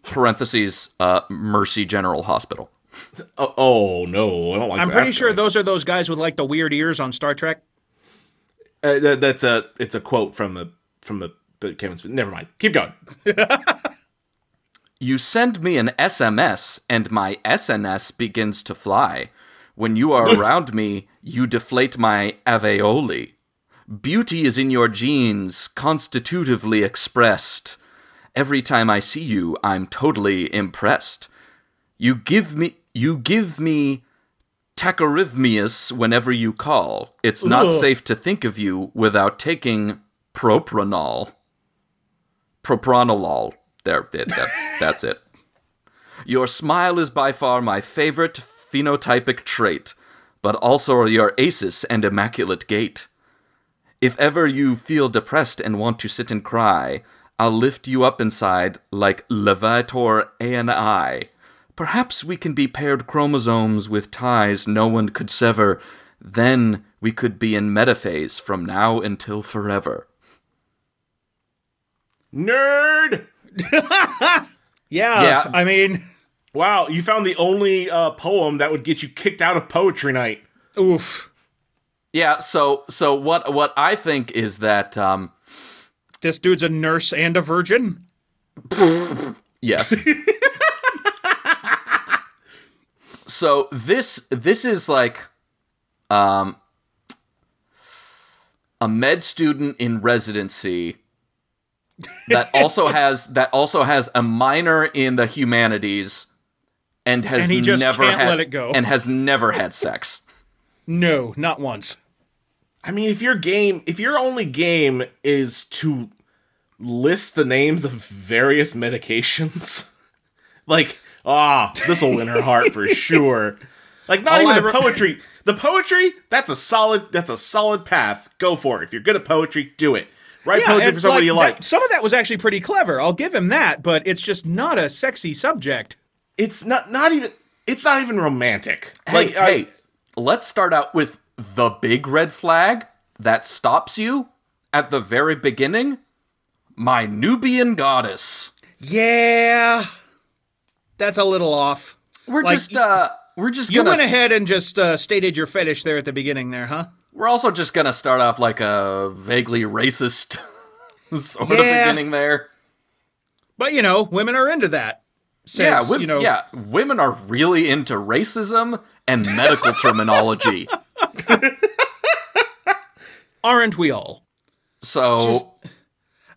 S5: Parentheses, uh, Mercy General Hospital.
S4: Oh, oh no, I don't like.
S3: I'm
S4: that.
S3: pretty sure those are those guys with like the weird ears on Star Trek.
S4: Uh, that- that's a it's a quote from the from the but Kevin Smith. Never mind. Keep going.
S5: You send me an SMS, and my SNS begins to fly. When you are around me, you deflate my alveoli. Beauty is in your genes, constitutively expressed. Every time I see you, I'm totally impressed. You give me, you give me tacharhythmias whenever you call. It's not safe to think of you without taking propranol. Propranolol. There, it- that's, that's it. Your smile is by far my favorite phenotypic trait, but also your aces and immaculate gait. If ever you feel depressed and want to sit and cry, I'll lift you up inside like Leviator ANI. Perhaps we can be paired chromosomes with ties no one could sever. Then we could be in metaphase from now until forever.
S4: Nerd.
S3: Yeah.
S5: Yeah.
S3: I mean,
S4: Wow, you found the only uh, poem that would get you kicked out of poetry night.
S3: oof.
S5: Yeah, so so what what I think is that um
S3: This dude's a nurse and a virgin. (laughs)
S5: yes. so this this is like um a med student in residency that
S3: (laughs)
S5: also has that also has a minor in the humanities and has
S3: And he just
S5: never
S3: can't
S5: had
S3: let it go.
S5: and has never had sex.
S3: No, not once.
S4: I mean, if your game, if your only game is to lists the names of various medications. (laughs) like, ah, this will win her heart
S5: (laughs)
S4: for sure. Like, not
S5: All
S4: even
S5: I
S4: the
S5: re-
S4: poetry. The poetry, that's a solid that's a solid path. Go for it. If you're good at poetry, do it. Write poetry
S3: and,
S4: for somebody you
S3: that-
S4: like.
S3: some of that was actually pretty clever. I'll give him that, but it's just not a sexy subject.
S4: It's not not even it's not even romantic.
S5: Hey,
S4: I-
S5: hey, let's start out with the big red flag that stops you at the very beginning. My Nubian goddess.
S3: Yeah, that's a little off.
S5: We're
S3: Like,
S5: just uh we're just
S3: You
S5: gonna
S3: went
S5: s-
S3: ahead and just uh, stated your fetish there at the beginning, there, huh?
S5: we're also just gonna start off like a vaguely racist (laughs) sort
S3: Yeah.
S5: of beginning there.
S3: But you know, women are into that. Says,
S5: Yeah, women,
S3: you know,
S5: yeah, women are really into racism and
S3: (laughs)
S5: medical terminology.
S3: aren't we all?
S5: So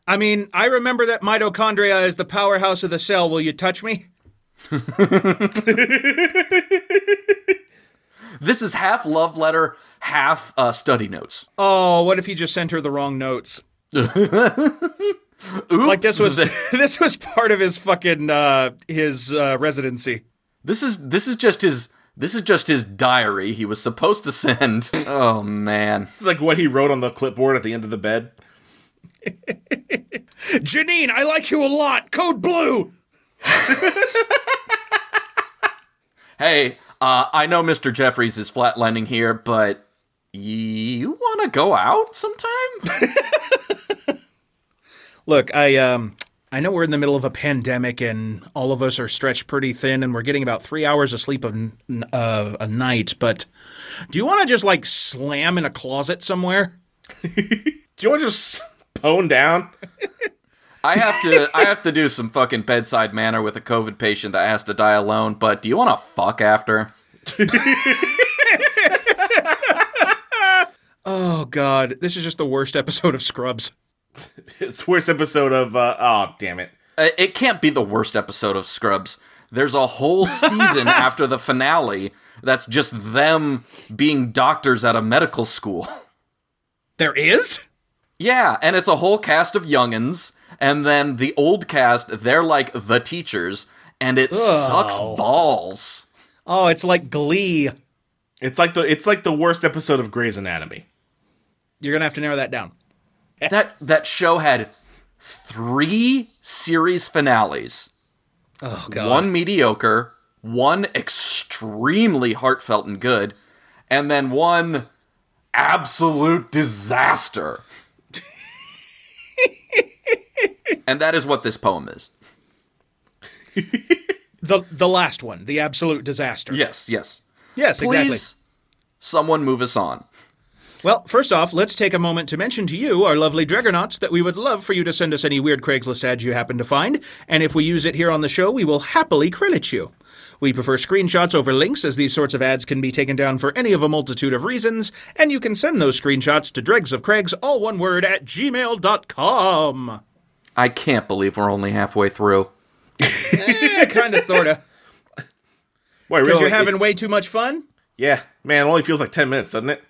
S3: I mean, I remember that mitochondria is the powerhouse of the cell. Will you touch me?
S5: this is half love letter, half uh, study notes.
S3: Oh, what if you just sent her the wrong notes?
S5: Oops, (laughs)
S3: Like this was (laughs) this was part of his fucking uh, his uh, residency.
S5: this is this is just his this is just his diary he was supposed to send. (laughs) Oh man,
S4: It's like what he wrote on the clipboard at the end of the bed.
S3: Janine, I like you a lot. Code blue.
S5: hey, uh, I know Mr. Jeffries is flatlining here, but you want to go out sometime?
S3: Look, I um I know we're in the middle of a pandemic and all of us are stretched pretty thin and we're getting about 3 hours of sleep a, n- uh, a night, but do you want to just like slam in a closet somewhere?
S4: Do you want to just (laughs) pone down?
S5: I have to I have to do some fucking bedside manner with a COVID patient that has to die alone. But do you want to fuck after?
S3: Oh god, this is just the worst episode of Scrubs.
S4: It's the worst episode of uh oh damn it.
S5: Uh, It can't be the worst episode of Scrubs. There's a whole season after the finale that's just them being doctors at a medical school.
S3: There is?
S5: Yeah, and it's a whole cast of youngins, and then the old cast, they're like the teachers, and it sucks balls.
S3: Oh, it's like glee.
S4: It's like the it's like the worst episode of Grey's Anatomy.
S3: You're going to have to narrow that down.
S5: That that show had three series finales.
S3: Oh god.
S5: one mediocre, one extremely heartfelt and good, and then one absolute disaster. and that is what this poem is.
S3: The the last one, the absolute disaster.
S5: Yes, yes.
S3: Yes,
S5: Please,
S3: exactly.
S5: someone move us on.
S3: Well, first off, let's take a moment to mention to you, our lovely Dregonauts, that we would love for you to send us any weird Craigslist ads you happen to find, and if we use it here on the show, we will happily credit you. We prefer screenshots over links, as these sorts of ads can be taken down for any of a multitude of reasons, and you can send those screenshots to dregsofcraigs, all one word, at gmail.com.
S5: I can't believe we're only halfway through.
S3: Yeah, kinda, (laughs) sorta.
S4: Wait,
S3: Because
S4: really?
S3: you're having way too much fun?
S4: yeah, man, it only feels like ten minutes, doesn't it?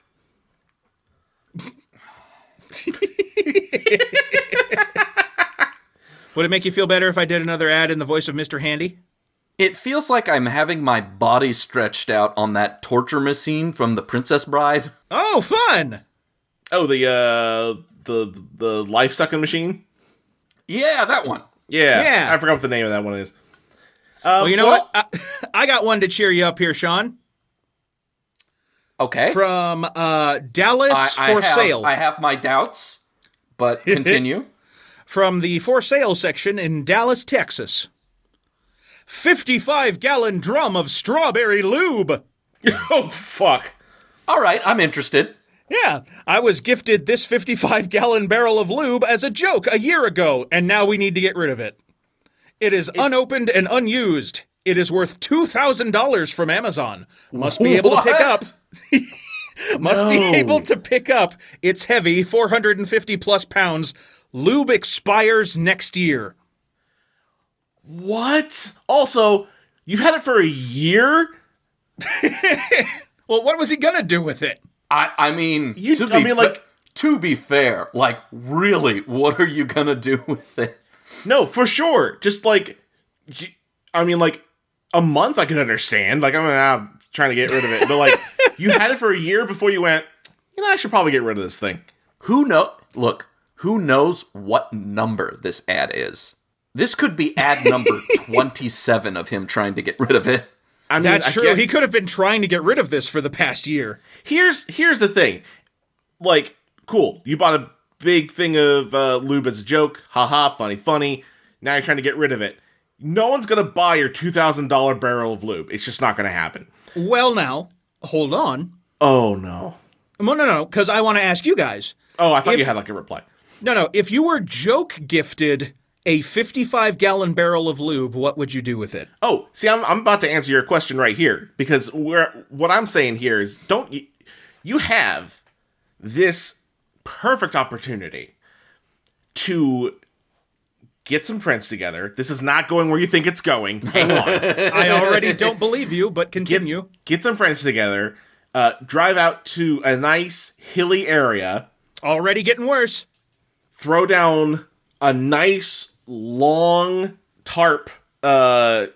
S3: Would it make you feel better if I did another ad in the voice of Mr. Handy?
S5: It feels like I'm having my body stretched out on that torture machine from The Princess Bride.
S3: Oh, fun!
S4: Oh, the uh the the life sucking machine.
S5: Yeah, that one.
S4: Yeah,
S3: Yeah.
S4: I forgot what the name of that one is.
S3: well, you know
S4: what-
S3: Uh, what? I, (laughs) I got one to cheer you up here, Sean.
S5: Okay.
S3: from uh, Dallas for
S5: have,
S3: Sale.
S5: I have my doubts,
S3: (laughs)
S5: but continue.
S3: from the for sale section in Dallas, Texas. 55 gallon drum of strawberry lube.
S4: Oh fuck!
S5: All right, I'm interested.
S3: Yeah, I was gifted this 55 gallon barrel of lube as a joke a year ago, and now we need to get rid of it. It is unopened and unused. It is worth $2,000 from Amazon. Must be able to pick
S5: What?
S3: up. Must be able to pick up. It's heavy, 450 plus pounds. Lube expires next year.
S4: What? Also, you've had it for a year.
S3: Well, what was he gonna do with it?
S5: I, I mean,
S4: You-
S5: to
S4: I
S5: be
S4: mean,
S5: fa-
S4: like-
S5: to be fair, like, really, what are you gonna do (laughs) with it?
S4: No, for sure. Just like, j- I mean, like a month I can understand. Like, I'm, I'm trying to get rid of it,
S3: (laughs)
S4: but like you had it for a year before you went. You know, I should probably get rid of this thing.
S5: Who know? Look, who knows what number this ad is? This could be ad (laughs) number 27 of him trying to get rid of it.
S4: I mean,
S3: That's
S4: I
S3: true.
S4: get-
S3: He could have been trying to get rid of this for the past year.
S4: here's here's the thing like cool you bought a big thing of uh, lube as a joke haha funny funny now you're trying to get rid of it no one's gonna buy your $2000 barrel of lube it's just not gonna happen
S3: Well, now, hold on.
S4: oh no
S3: No, no, no, because I want to ask you guys.
S4: oh i thought you
S3: If-
S4: had like a reply
S3: No, no, if you were joke gifted a 55 gallon barrel of lube, what would you do with it?
S4: oh see I'm, I'm about to answer your question right here because where what i'm saying here is don't you, you have this perfect opportunity to get some friends together this is not going where you think it's going hang on
S3: (laughs) I already don't believe you, but continue.
S4: get some friends together, uh, drive out to a nice hilly area,
S3: Already getting worse.
S4: throw down a nice long tarp, uh,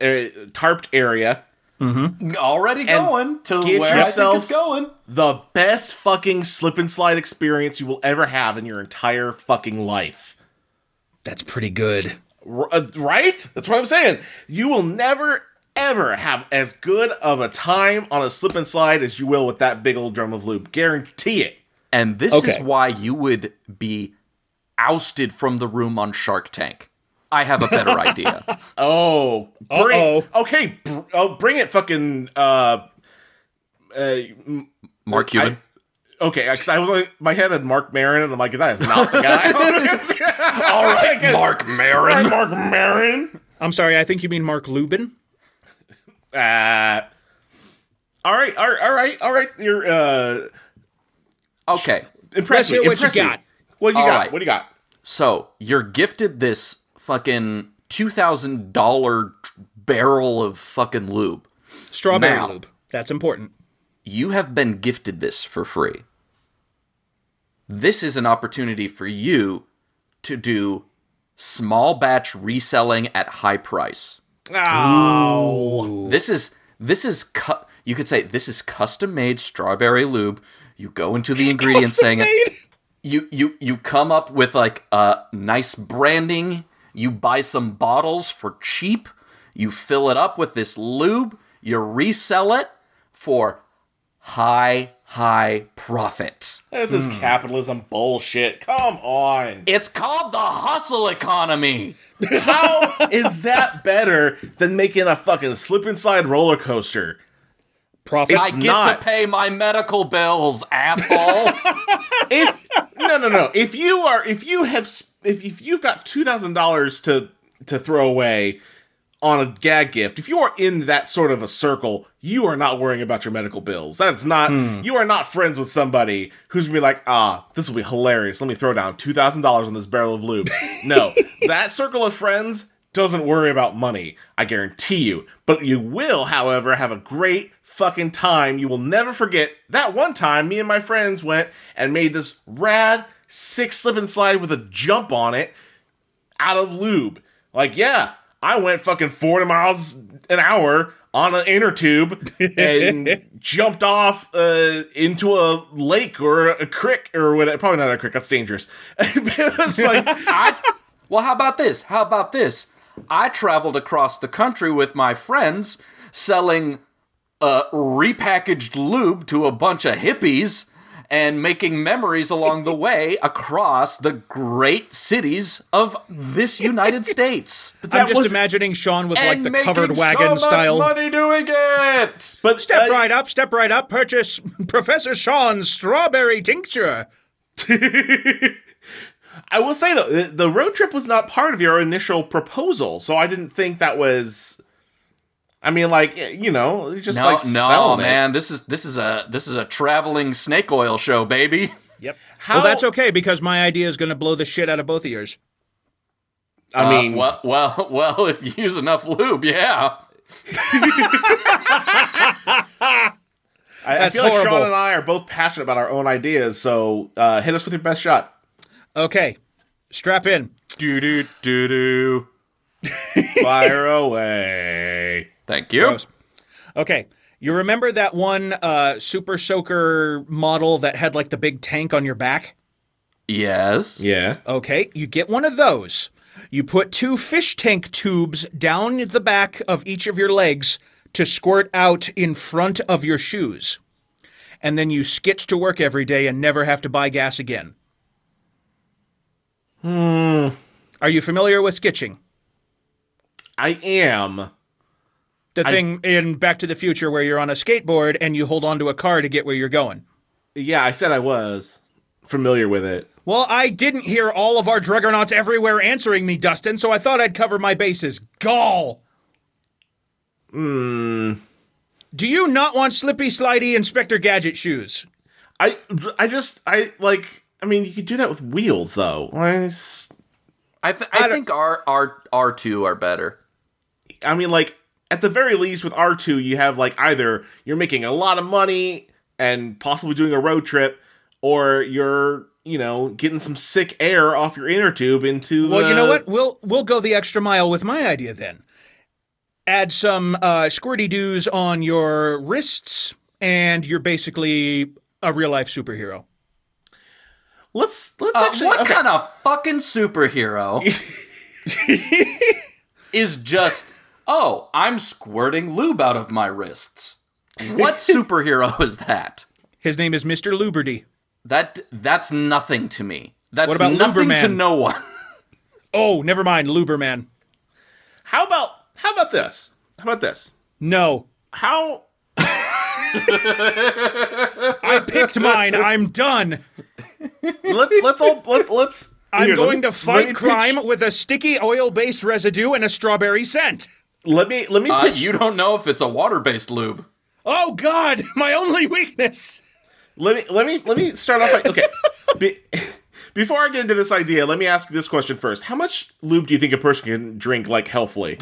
S4: er, tarped area,
S5: Already going to
S4: get
S5: where
S4: yourself-
S5: I think it's going.
S4: the best fucking slip and slide experience you will ever have in your entire fucking life.
S3: That's pretty good.
S4: R- uh, right? That's what I'm saying. You will never ever have as good of a time on a slip and slide as you will with that big old drum of lube. Guarantee it.
S5: And this is
S3: Okay.
S5: why you would be ousted from the room on Shark Tank. I have a better idea.
S4: Oh, bring,
S3: Uh-oh.
S4: okay, br- oh, bring it, fucking. Uh,
S5: Mark Cuban.
S4: okay, because I was like, my head had Mark Marin, and I'm like, that is not the (laughs) guy. All (laughs) right,
S5: Mark Marin.
S4: Mark Marin.
S3: I'm sorry, I think you mean Mark Lubin.
S4: Uh, all right, all right, all right, all right. You're uh,
S5: Okay.
S3: Let's
S4: impress me.
S3: hear what you
S4: impress me.
S3: got.
S4: What do you
S5: All
S4: got?
S5: right.
S4: What do you got?
S5: So you're gifted this fucking $2,000 barrel of fucking lube.
S3: Strawberry
S5: Now.
S3: lube. That's important.
S5: you have been gifted this for free. This is an opportunity for you to do small batch reselling at high price. Oh. This is this is cu- you could say this is custom made strawberry lube. You go into the ingredients saying you you you come up with like a nice branding you buy some bottles for cheap you fill it up with this lube you resell it for high high profit
S4: This
S3: Hmm.
S4: is capitalism bullshit. Come on.
S5: it's called the hustle economy
S4: How is that better than making a fucking slip inside roller coaster?
S3: Profit.
S5: i get
S4: not.
S5: to pay my medical bills
S3: (laughs)
S5: asshole
S4: if no no no if you are if you have s- if, if you've got two thousand dollars to to throw away on a gag gift if you are in that sort of a circle you are not worrying about your medical bills that's not you are not friends with somebody who's gonna be like ah this will be hilarious let me throw down two thousand dollars on this barrel of lube no that circle of friends doesn't worry about money i guarantee you but you will however have a great fucking time. You will never forget that one time me and my friends went and made this rad six slip and slide with a jump on it out of lube. Like, yeah, I went fucking 40 miles an hour on an
S3: (laughs)
S4: inner tube and jumped off uh, into a lake or a creek or whatever. Probably not a creek, that's dangerous. (laughs) it
S3: (laughs)
S4: was like,
S5: Well, how about this? How about this? I traveled across the country with my friends selling uh, repackaged lube to a bunch of hippies and making memories
S3: (laughs)
S5: along the way across the great cities of
S3: (laughs)
S5: this United States.
S3: I'm
S4: that
S3: just
S4: was-
S3: imagining Sean with like
S5: and
S3: the
S5: making
S3: covered
S5: so
S3: wagon
S5: much
S3: style.
S5: money doing it.
S4: but
S3: Step
S4: uh,
S3: right up, step right up. Purchase (laughs) Professor Sean's strawberry tincture.
S4: (laughs) I will say though, the, the road trip was not part of your initial proposal, so I didn't think that was. I mean, like you know, you're just
S5: No,
S4: like
S5: no,
S4: selling it.
S5: man. This is this is a this is a traveling snake oil show, baby.
S3: Yep.
S4: How?
S3: Well, that's okay because my idea is going to blow the shit out of both of yours.
S4: I
S5: (laughs)
S3: uh,
S4: mean,
S5: Uh, well, well, well. If you use enough lube, yeah.
S4: I, I
S3: That's
S4: feel like Sean
S3: horrible.
S4: and I are both passionate about our own ideas, so uh, hit us with your best shot.
S3: Okay, strap in.
S4: Do do do
S3: (laughs)
S4: do. Fire away.
S5: Thank you.
S3: Okay. You remember that one uh, Super Soaker model that had like the big tank on your back?
S5: Yes.
S4: Yeah.
S3: Okay. You get one of those. You put two fish tank tubes down the back of each of your legs to squirt out in front of your shoes. And then you skitch to work every day and never have to buy gas again. Hmm. Are you familiar with skitching?
S4: I am.
S3: The thing in Back to the Future where you're on a skateboard and you hold onto a car to get where you're going.
S4: Yeah, I said I was familiar with it.
S3: Well, I didn't hear all of our Dregonauts everywhere answering me, Dustin, so I thought I'd cover my bases. Gall!
S4: Mm,
S3: Hmm. Do you not want slippy, slidey Inspector Gadget shoes?
S4: I I just I like I mean you could do that with wheels though. I, s-
S5: I, th- I,
S3: don't-
S5: think our our our two are better.
S4: I mean like at the very least with R2 you have like either you're making a lot of money and possibly doing a road trip or you're you know getting some sick air off your inner tube into
S3: Well, you know
S4: the-
S3: what? We'll we'll go the extra mile with my idea then. Add some uh, squirty doos on your wrists, and you're basically a real life superhero.
S4: Let's let's
S5: Uh,
S4: actually
S5: what
S4: okay.
S5: kind of
S4: (laughs)
S5: fucking superhero is just oh I'm squirting lube out of my wrists?
S4: (laughs)
S5: What superhero is that?
S3: His name is Mr. Luberty.
S5: That that's nothing to me. That's
S3: What about
S5: nothing to
S3: Luberman?
S5: no one.
S3: Oh, never mind, Luberman.
S4: How about how about this? How about this?
S3: No,
S4: How
S3: I picked mine. I'm done.
S4: let's let's all
S3: (laughs)
S4: let, let's
S3: I'm
S4: Here, let
S3: going to
S4: me- let me
S3: fight
S4: pitch-
S3: crime with a sticky oil-based residue and a strawberry scent.
S4: Let me let me
S5: Uh,
S4: pitch
S5: you don't know if it's a water based lube.
S3: Oh God, (laughs) my only weakness.
S4: let me let me let me start off by
S3: (laughs)
S4: okay Be, (laughs) before i get into this idea let me ask this question first how much lube do you think a person can drink like healthfully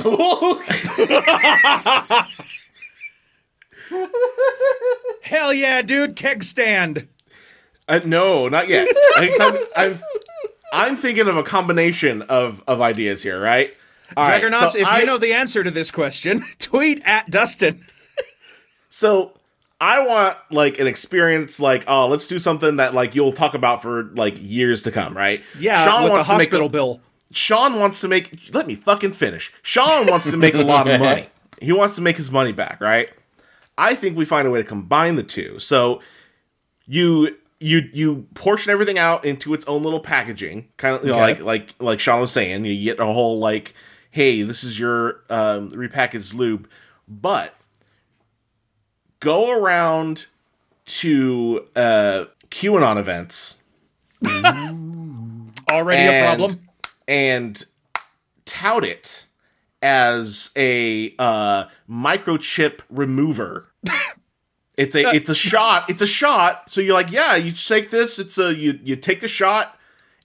S3: Hell yeah, dude, keg stand.
S4: uh, no
S3: (laughs)
S4: not yet I think I'm, I'm, I'm thinking of a combination of of ideas here right All right,
S3: Dragonauts,
S4: so
S3: if
S4: I-
S3: you know the answer to this question, (laughs) tweet at Dustin.
S4: So I want like an experience like oh let's do something that like you'll talk about for like years to come, right?
S3: Yeah, with the hospital
S4: to make
S3: bill.
S4: Sean wants to make let me fucking finish. Sean wants to make a lot of money. He wants to make his money back, right? I think we find a way to combine the two. So you you you portion everything out into its own little packaging, kind of you know,
S3: Okay.
S4: like like like Sean was saying. You get a whole like, hey, this is your um, repackaged lube, but go around to uh, QAnon events
S3: Already a
S4: and,
S3: problem.
S4: and tout it as a uh, microchip remover.
S3: (laughs)
S4: It's a it's a shot. It's a shot. So you're like, yeah, you take this. It's a you you take the shot,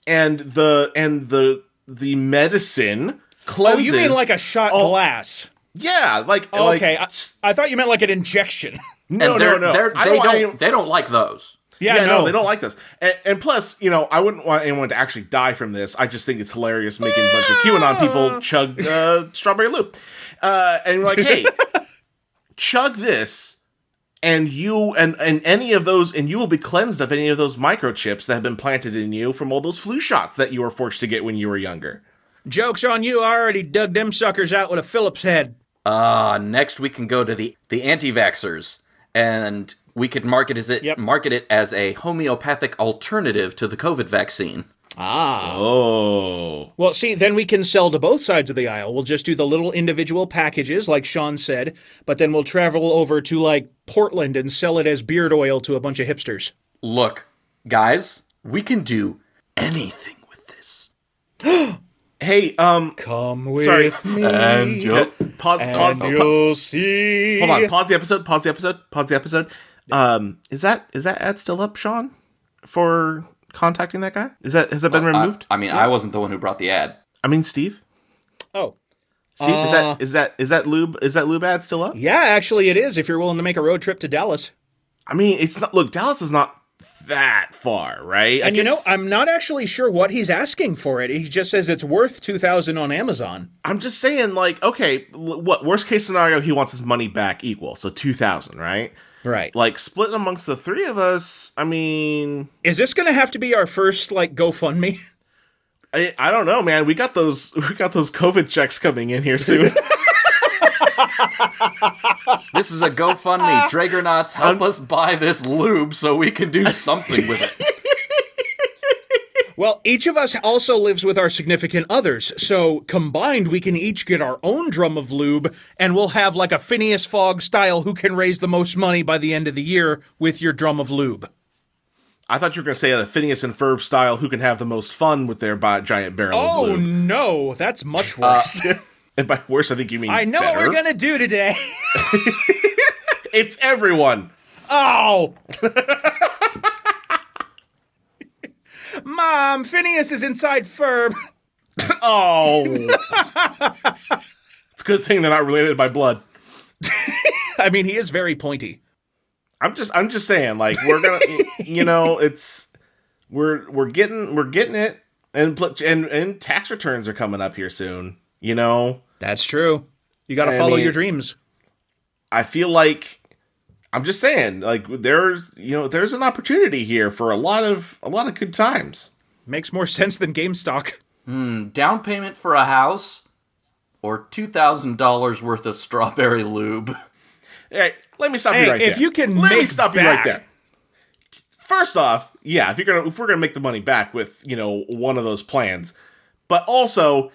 S4: and the and the the medicine
S3: Oh,
S4: cleanses.
S3: you mean like a shot glass?
S4: yeah, Oh, like
S3: Okay,
S4: like,
S3: I, I thought you meant like an injection. (laughs)
S4: no,
S5: and they're,
S4: no, no.
S5: They're,
S4: I
S5: they
S4: don't
S5: don't,
S4: want
S5: don't
S4: any-
S5: they don't like those.
S3: Yeah,
S4: yeah, no.
S3: no,
S4: they don't like this. And, and plus, you know, I wouldn't want anyone to actually die from this. I just think it's hilarious making a bunch of QAnon people chug uh, strawberry loop, uh, and we're like, (laughs) hey, chug this, and you and and any of those, and you will be cleansed of any of those microchips that have been planted in you from all those flu shots that you were forced to get when you were younger.
S3: Jokes on you. I already dug them suckers out with a Phillips head.
S5: Uh, next we can go to the the anti-vaxxers and we could market as it
S3: Yep.
S5: market it as a homeopathic alternative to the COVID vaccine.
S4: Ah, Oh,
S3: Well, see, then we can sell to both sides of the aisle. We'll just do the little individual packages, like Sean said, but then we'll travel over to like Portland and sell it as beard oil to a bunch of hipsters.
S5: Look, guys, we can do anything with this.
S4: hey, um,
S3: Come with
S4: Sorry. (laughs)
S3: me,
S4: pause, pause, pa-
S3: you'll see.
S4: hold on pause the episode pause the episode pause the episode um is that is that ad still up sean for contacting that guy is that has it been removed I,
S5: Uh, I mean, I wasn't the one who brought the ad.
S4: mean steve
S3: Oh,
S4: steve is that is that is that lube is that lube ad still up
S3: yeah, actually, it is. If you're willing to make a road trip to Dallas,
S4: I mean, it's not. Look, Dallas is not that far, right? Like,
S3: And you know,
S4: it's-
S3: I'm not actually sure what he's asking for it. He just says it's worth 2000 on Amazon.
S4: I'm just saying, like, okay, l- what worst case scenario? He wants his money back equal, so two thousand, right?
S3: Right.
S4: Like split amongst the three of us. I mean,
S3: Is this going to have to be our first like GoFundMe? (laughs)
S4: I, I don't know, man. We got those (laughs) we got those COVID checks coming in here soon.
S5: This is
S4: (laughs)
S5: a GoFundMe. Dragonauts, help us buy this lube so we can
S4: (laughs)
S5: do something with it.
S3: Well, each of us also lives with our significant others, so combined we can each get our own drum of lube, and we'll have like a Phineas Fogg style who can raise the most money by the end of the year with your drum of lube.
S4: I thought you were going to say a Phineas and Ferb style who can have the most fun with their bi- giant barrel of
S3: Oh
S4: lube.
S3: no, that's much worse.
S4: And by worse, I think you mean
S3: I know what we're
S4: better.
S3: gonna do today. (laughs)
S4: It's everyone.
S3: Oh. Mom, Phineas is inside Ferb. (laughs)
S4: Oh, (laughs) it's a good thing they're not related by blood.
S3: I mean, he is very pointy.
S4: I'm just I'm just saying like
S3: (laughs)
S4: we're gonna you know it's we're we're getting we're getting it and pl- and and tax returns are coming up here soon. You know
S3: That's true. You gotta
S4: I
S3: follow
S4: mean-
S3: your dreams.
S4: I feel like I'm just saying like there's you know there's an opportunity here for a lot of a lot of good times.
S3: Makes more sense than GameStop.
S5: Down payment for a house or $2,000 worth of strawberry lube.
S4: Hey, let me stop
S3: Hey,
S4: you right
S3: if
S4: there.
S3: you can
S4: let me
S3: make
S4: stop you
S3: back-
S4: right there. First off, yeah, if you're gonna if we're gonna make the money back with you know one of those plans, but also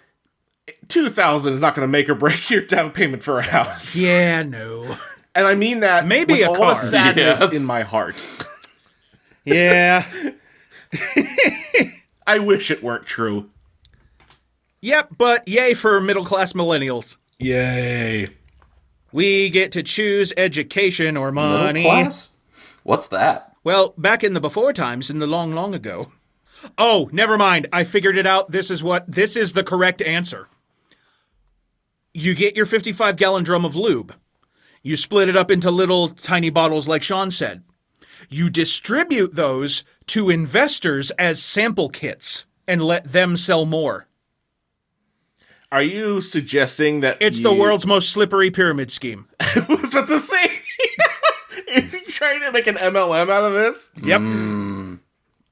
S4: two thousand is not gonna make or break (laughs) your down payment for a house.
S3: (laughs) Yeah, no.
S4: and I mean that
S3: Maybe
S4: with
S3: a
S4: all
S3: car.
S4: the sadness
S5: Yes.
S4: in my heart.
S3: Yeah.
S4: I wish it weren't true.
S3: (laughs) yep, but yay for middle class millennials.
S4: Yay!
S3: We get to choose education or money.
S5: Class? What's that?
S3: Well, back in the before times, in the long, long ago. Oh, never mind. I figured it out. This is what this is the correct answer. You get your 55 gallon drum of lube. You split it up into little tiny bottles, like Sean said. You distribute those to investors as sample kits and let them sell more.
S4: Are you suggesting that
S3: It's the
S4: you-
S3: world's most slippery pyramid scheme.
S4: I (laughs) was about to say? (laughs) Is he trying to make an MLM out of this?
S3: Yep.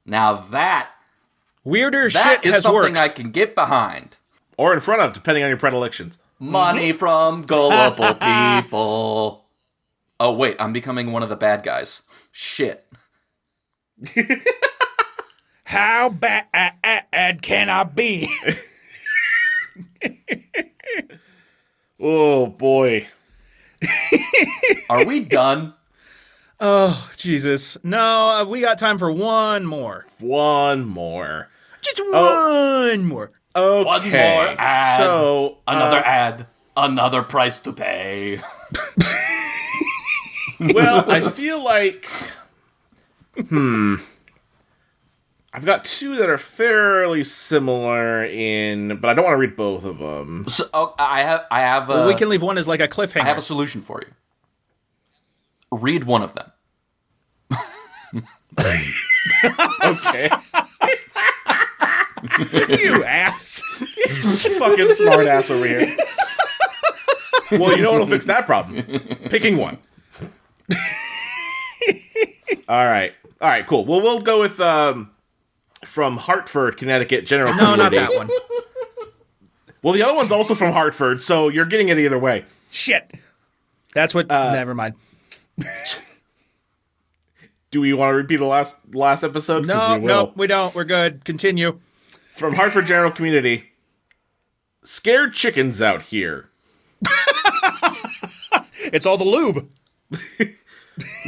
S5: Now that,
S3: Weirder
S5: that
S3: shit
S5: is
S3: has
S5: something
S3: worked.
S5: I can get behind.
S4: Or in front of, depending on your predilections.
S3: Mm-hmm.
S5: Money
S3: (laughs)
S5: from gullible people. Oh, wait, I'm becoming one of the bad guys. Shit.
S3: How bad can I be? (laughs)
S4: Oh boy.
S5: Are
S3: (laughs)
S5: we done?
S3: Oh, Jesus. No, uh, we got time for one more. Oh.
S4: One more.
S3: Just one more.
S4: Okay.
S5: more ad.
S4: So uh,
S5: Another
S3: Uh,
S5: ad. Another price to pay.
S4: well,
S5: (laughs)
S4: I feel like hmm. I've got two that are fairly similar in, but I don't want to read both of
S5: (laughs)
S4: them.
S5: So, oh, I have, I have. A,
S3: we can leave one as like Uh, a
S5: I have a
S3: cliffhanger.
S5: solution for you. Read one of them.
S4: Okay.
S3: you (laughs) ass.
S4: Fucking smart ass over here. Well, you know what'll fix that problem? Picking
S5: (laughs)
S4: one. All right. All right, cool. Well, we'll go with um from Hartford, Connecticut, General
S3: No, not that one.
S4: Well, the other one's also from Hartford, so you're getting it either way.
S3: Shit. That's what. never mind.
S4: Do we want to repeat the last last episode? 'Cause
S3: No,
S4: we
S3: no, we don't. We're good. Continue.
S4: From Hartford General Community. Scared chickens out here.
S3: It's all the lube.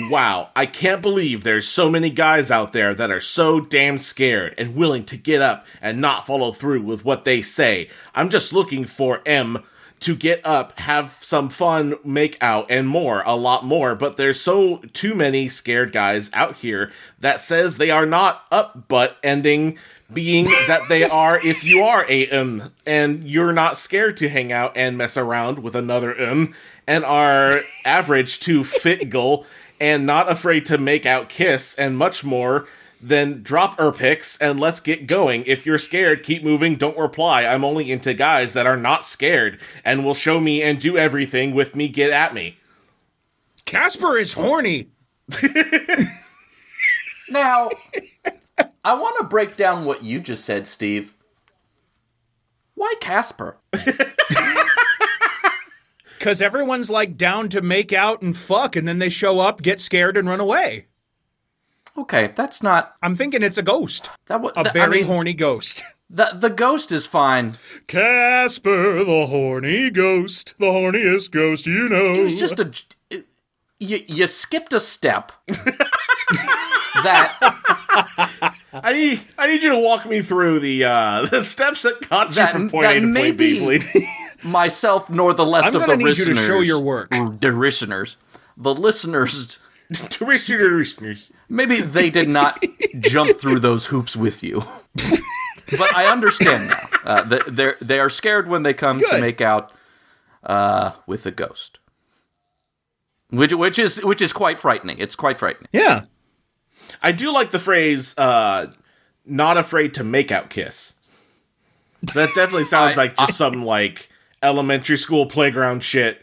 S4: Wow, I can't believe there's so many guys out there that are so damn scared and willing to get up and not follow through with what they say. I'm just looking for M to get up, have some fun, make out, and more, a lot more, but there's so too many scared guys out here that says they are not up but ending being that they are if you are a M and you're not scared to hang out and mess around with another M and are average to fit goal and not afraid to make out kiss and much more, then drop her pics and let's get going. If you're scared, keep moving, don't reply. I'm only into guys that are not scared and will show me and do everything with me, get at me.
S3: Casper is horny.
S5: Now, I want to break down what you just said, Steve. Why Casper?
S3: Because everyone's like down to make out and fuck, and then they show up, get scared, and run away.
S5: Okay, that's not
S3: I'm thinking it's a ghost.
S5: that was
S3: A
S5: th- I
S3: very
S5: mean,
S3: horny ghost. (laughs)
S5: The the ghost is fine.
S3: Casper, the horny ghost, the horniest ghost you know.
S5: It was just a j- it- you, you skipped a step. that
S4: I need I need you to walk me through the uh (laughs) the steps that got you
S5: That-
S4: from point
S5: that
S4: A to
S5: may
S4: point B,
S5: be-
S4: please. (laughs)
S5: myself nor the
S3: I'm
S5: rest of
S3: gonna
S5: the
S3: need you to
S5: listeners.
S3: show your work.
S5: or Derisioners. The listeners
S4: To reach you to reach you.
S5: maybe they did not jump through those hoops with you. but I understand now. Uh, th- they're, they are scared when they come to
S3: Good.
S5: make out uh, with a ghost. Which, which is which is quite frightening. It's quite frightening.
S3: Yeah.
S4: I do like the phrase uh not afraid to make out kiss. That
S5: (laughs)
S4: definitely sounds like just some like elementary school playground shit.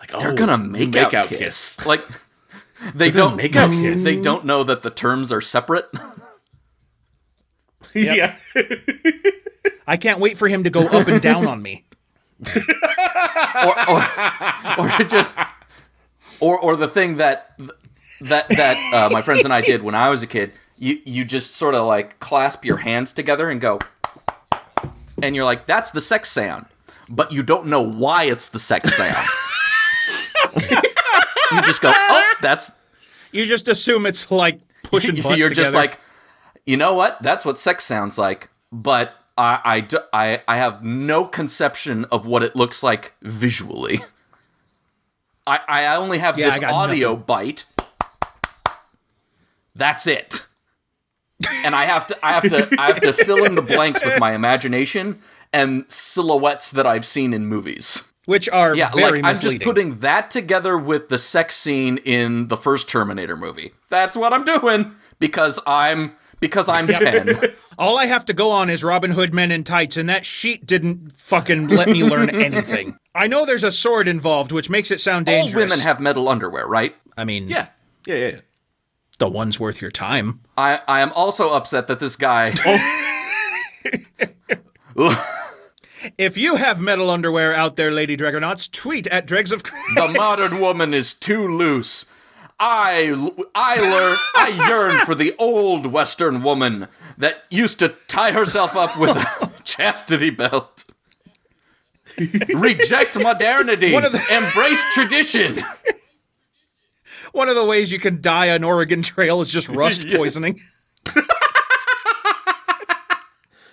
S4: Like oh,
S5: They're gonna make, out, kiss.
S4: (laughs)
S5: (laughs) Like they
S4: gonna
S5: don't
S4: make out kiss.
S5: (laughs) They don't know that the terms are separate.
S4: yeah.
S3: I can't wait for him to go up and down on me.
S5: or or, or to just or or the thing that that that uh, my friends and I did when I was a kid. You you just sort of like clasp your hands together and go, and you're like, that's the sex sound, but you don't know why it's the sex sound. you just go, oh, that's
S3: (laughs) You just assume it's like pushing
S5: (laughs) you're
S3: butts
S5: just
S3: together.
S5: like, you know what? That's what sex sounds like, but. I, I, d- I- I have no conception of what it looks like visually. I, I only have
S3: Yeah, I
S5: this
S3: got
S5: audio bite. That's it. And I have to I have to I have to fill in the blanks with my imagination and silhouettes that I've seen in movies.
S3: which are
S5: Yeah,
S3: very
S5: like I'm
S3: misleading.
S5: just putting that together with the sex scene in the first Terminator movie. That's what I'm doing because I'm
S3: (laughs)
S5: because I'm ten.
S3: All I have to go on is Robin Hood men in tights, and that sheet didn't fucking let me
S5: (laughs)
S3: learn anything. I know there's a sword involved, which makes it sound
S5: All
S3: dangerous.
S5: women have metal underwear, right?
S3: I mean,
S5: Yeah.
S4: Yeah, yeah. yeah.
S3: the one's worth your time.
S5: I I am also upset that
S3: (laughs)
S5: this guy.
S3: Oh, If you have metal underwear out there, Lady Dragonauts, tweet at Dregs of
S5: the
S3: (laughs)
S5: modern woman is too loose. I I learn
S3: (laughs)
S5: I yearn for the old Western woman that used to tie herself up with
S3: (laughs)
S5: a chastity belt. Reject modernity.
S3: One of the-
S5: embrace tradition.
S3: One of the ways you can die on Oregon (laughs) Trail is just
S5: (laughs)
S3: rust poisoning.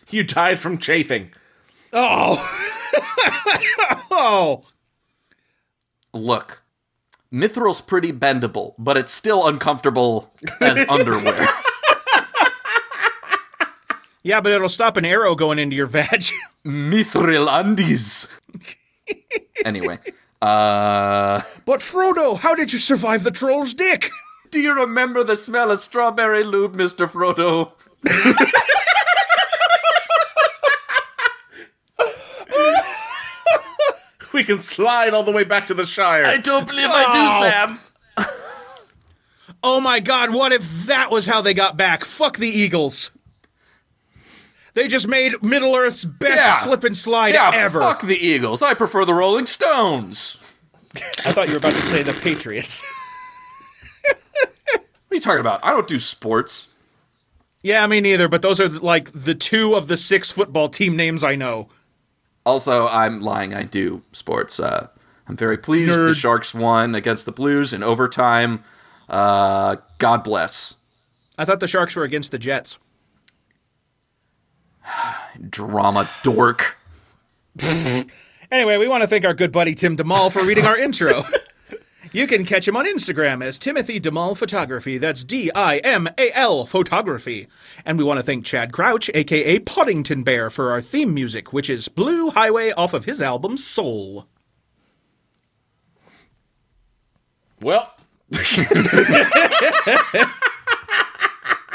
S4: You died from chafing.
S3: Oh. (laughs) oh.
S5: Look, Mithril's pretty bendable, but it's still uncomfortable as underwear.
S3: Yeah, but it'll stop an arrow going into your vag. (laughs)
S5: Mithril undies. Anyway, uh.
S3: but Frodo, how did you survive the troll's dick?
S5: Do you remember the smell of strawberry lube, Mr. Frodo?
S4: We can slide all the way back to the Shire.
S5: I don't believe I do, Sam.
S3: (laughs) Oh my god, what if that was how they got back? Fuck the Eagles. They just made Middle Earth's best
S5: Yeah.
S3: slip and slide
S5: Yeah,
S3: ever.
S5: fuck the Eagles. I prefer the Rolling Stones.
S3: I thought you were about to say the Patriots.
S5: What are you talking about? I don't do sports.
S3: (laughs) yeah, me neither, but those are like the two of the six football team names I know.
S5: Also, I'm lying. I do sports. Uh, I'm very pleased
S3: Nerd.
S5: the Uh,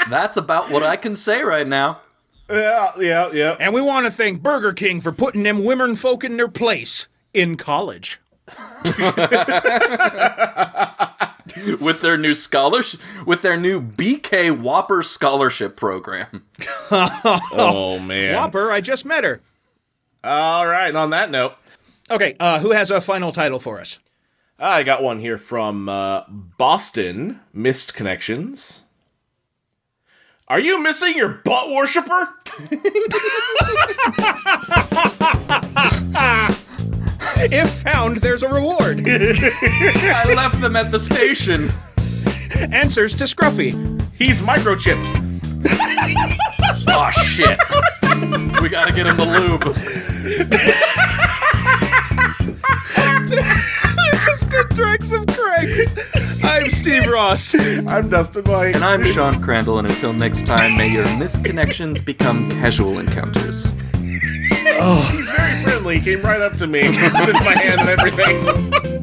S5: That's about what I can say right now.
S4: Yeah, yeah, yeah.
S3: And we want to thank Burger King for putting them women folk in their place in college.
S5: With their new scholarship, with their new BK Whopper scholarship program.
S4: Oh man.
S3: Whopper, I just met her.
S4: All right. And on that note,
S3: Okay, uh, who has a final title for us?
S4: I got one here from uh, Boston Missed Connections. Are you missing your butt worshiper?
S3: If found, there's a reward.
S5: I left them at the station.
S3: Answers to Scruffy.
S4: He's microchipped.
S5: Oh shit. We gotta get him the lube.
S3: (laughs) This has been Dregs of Craigs. I'm Steve Ross.
S4: I'm Dustin White.
S5: And I'm Sean Crandall, and until next time, may your misconnections become casual encounters.
S4: (laughs) He's very friendly. He came right up to me, shook my hand and everything.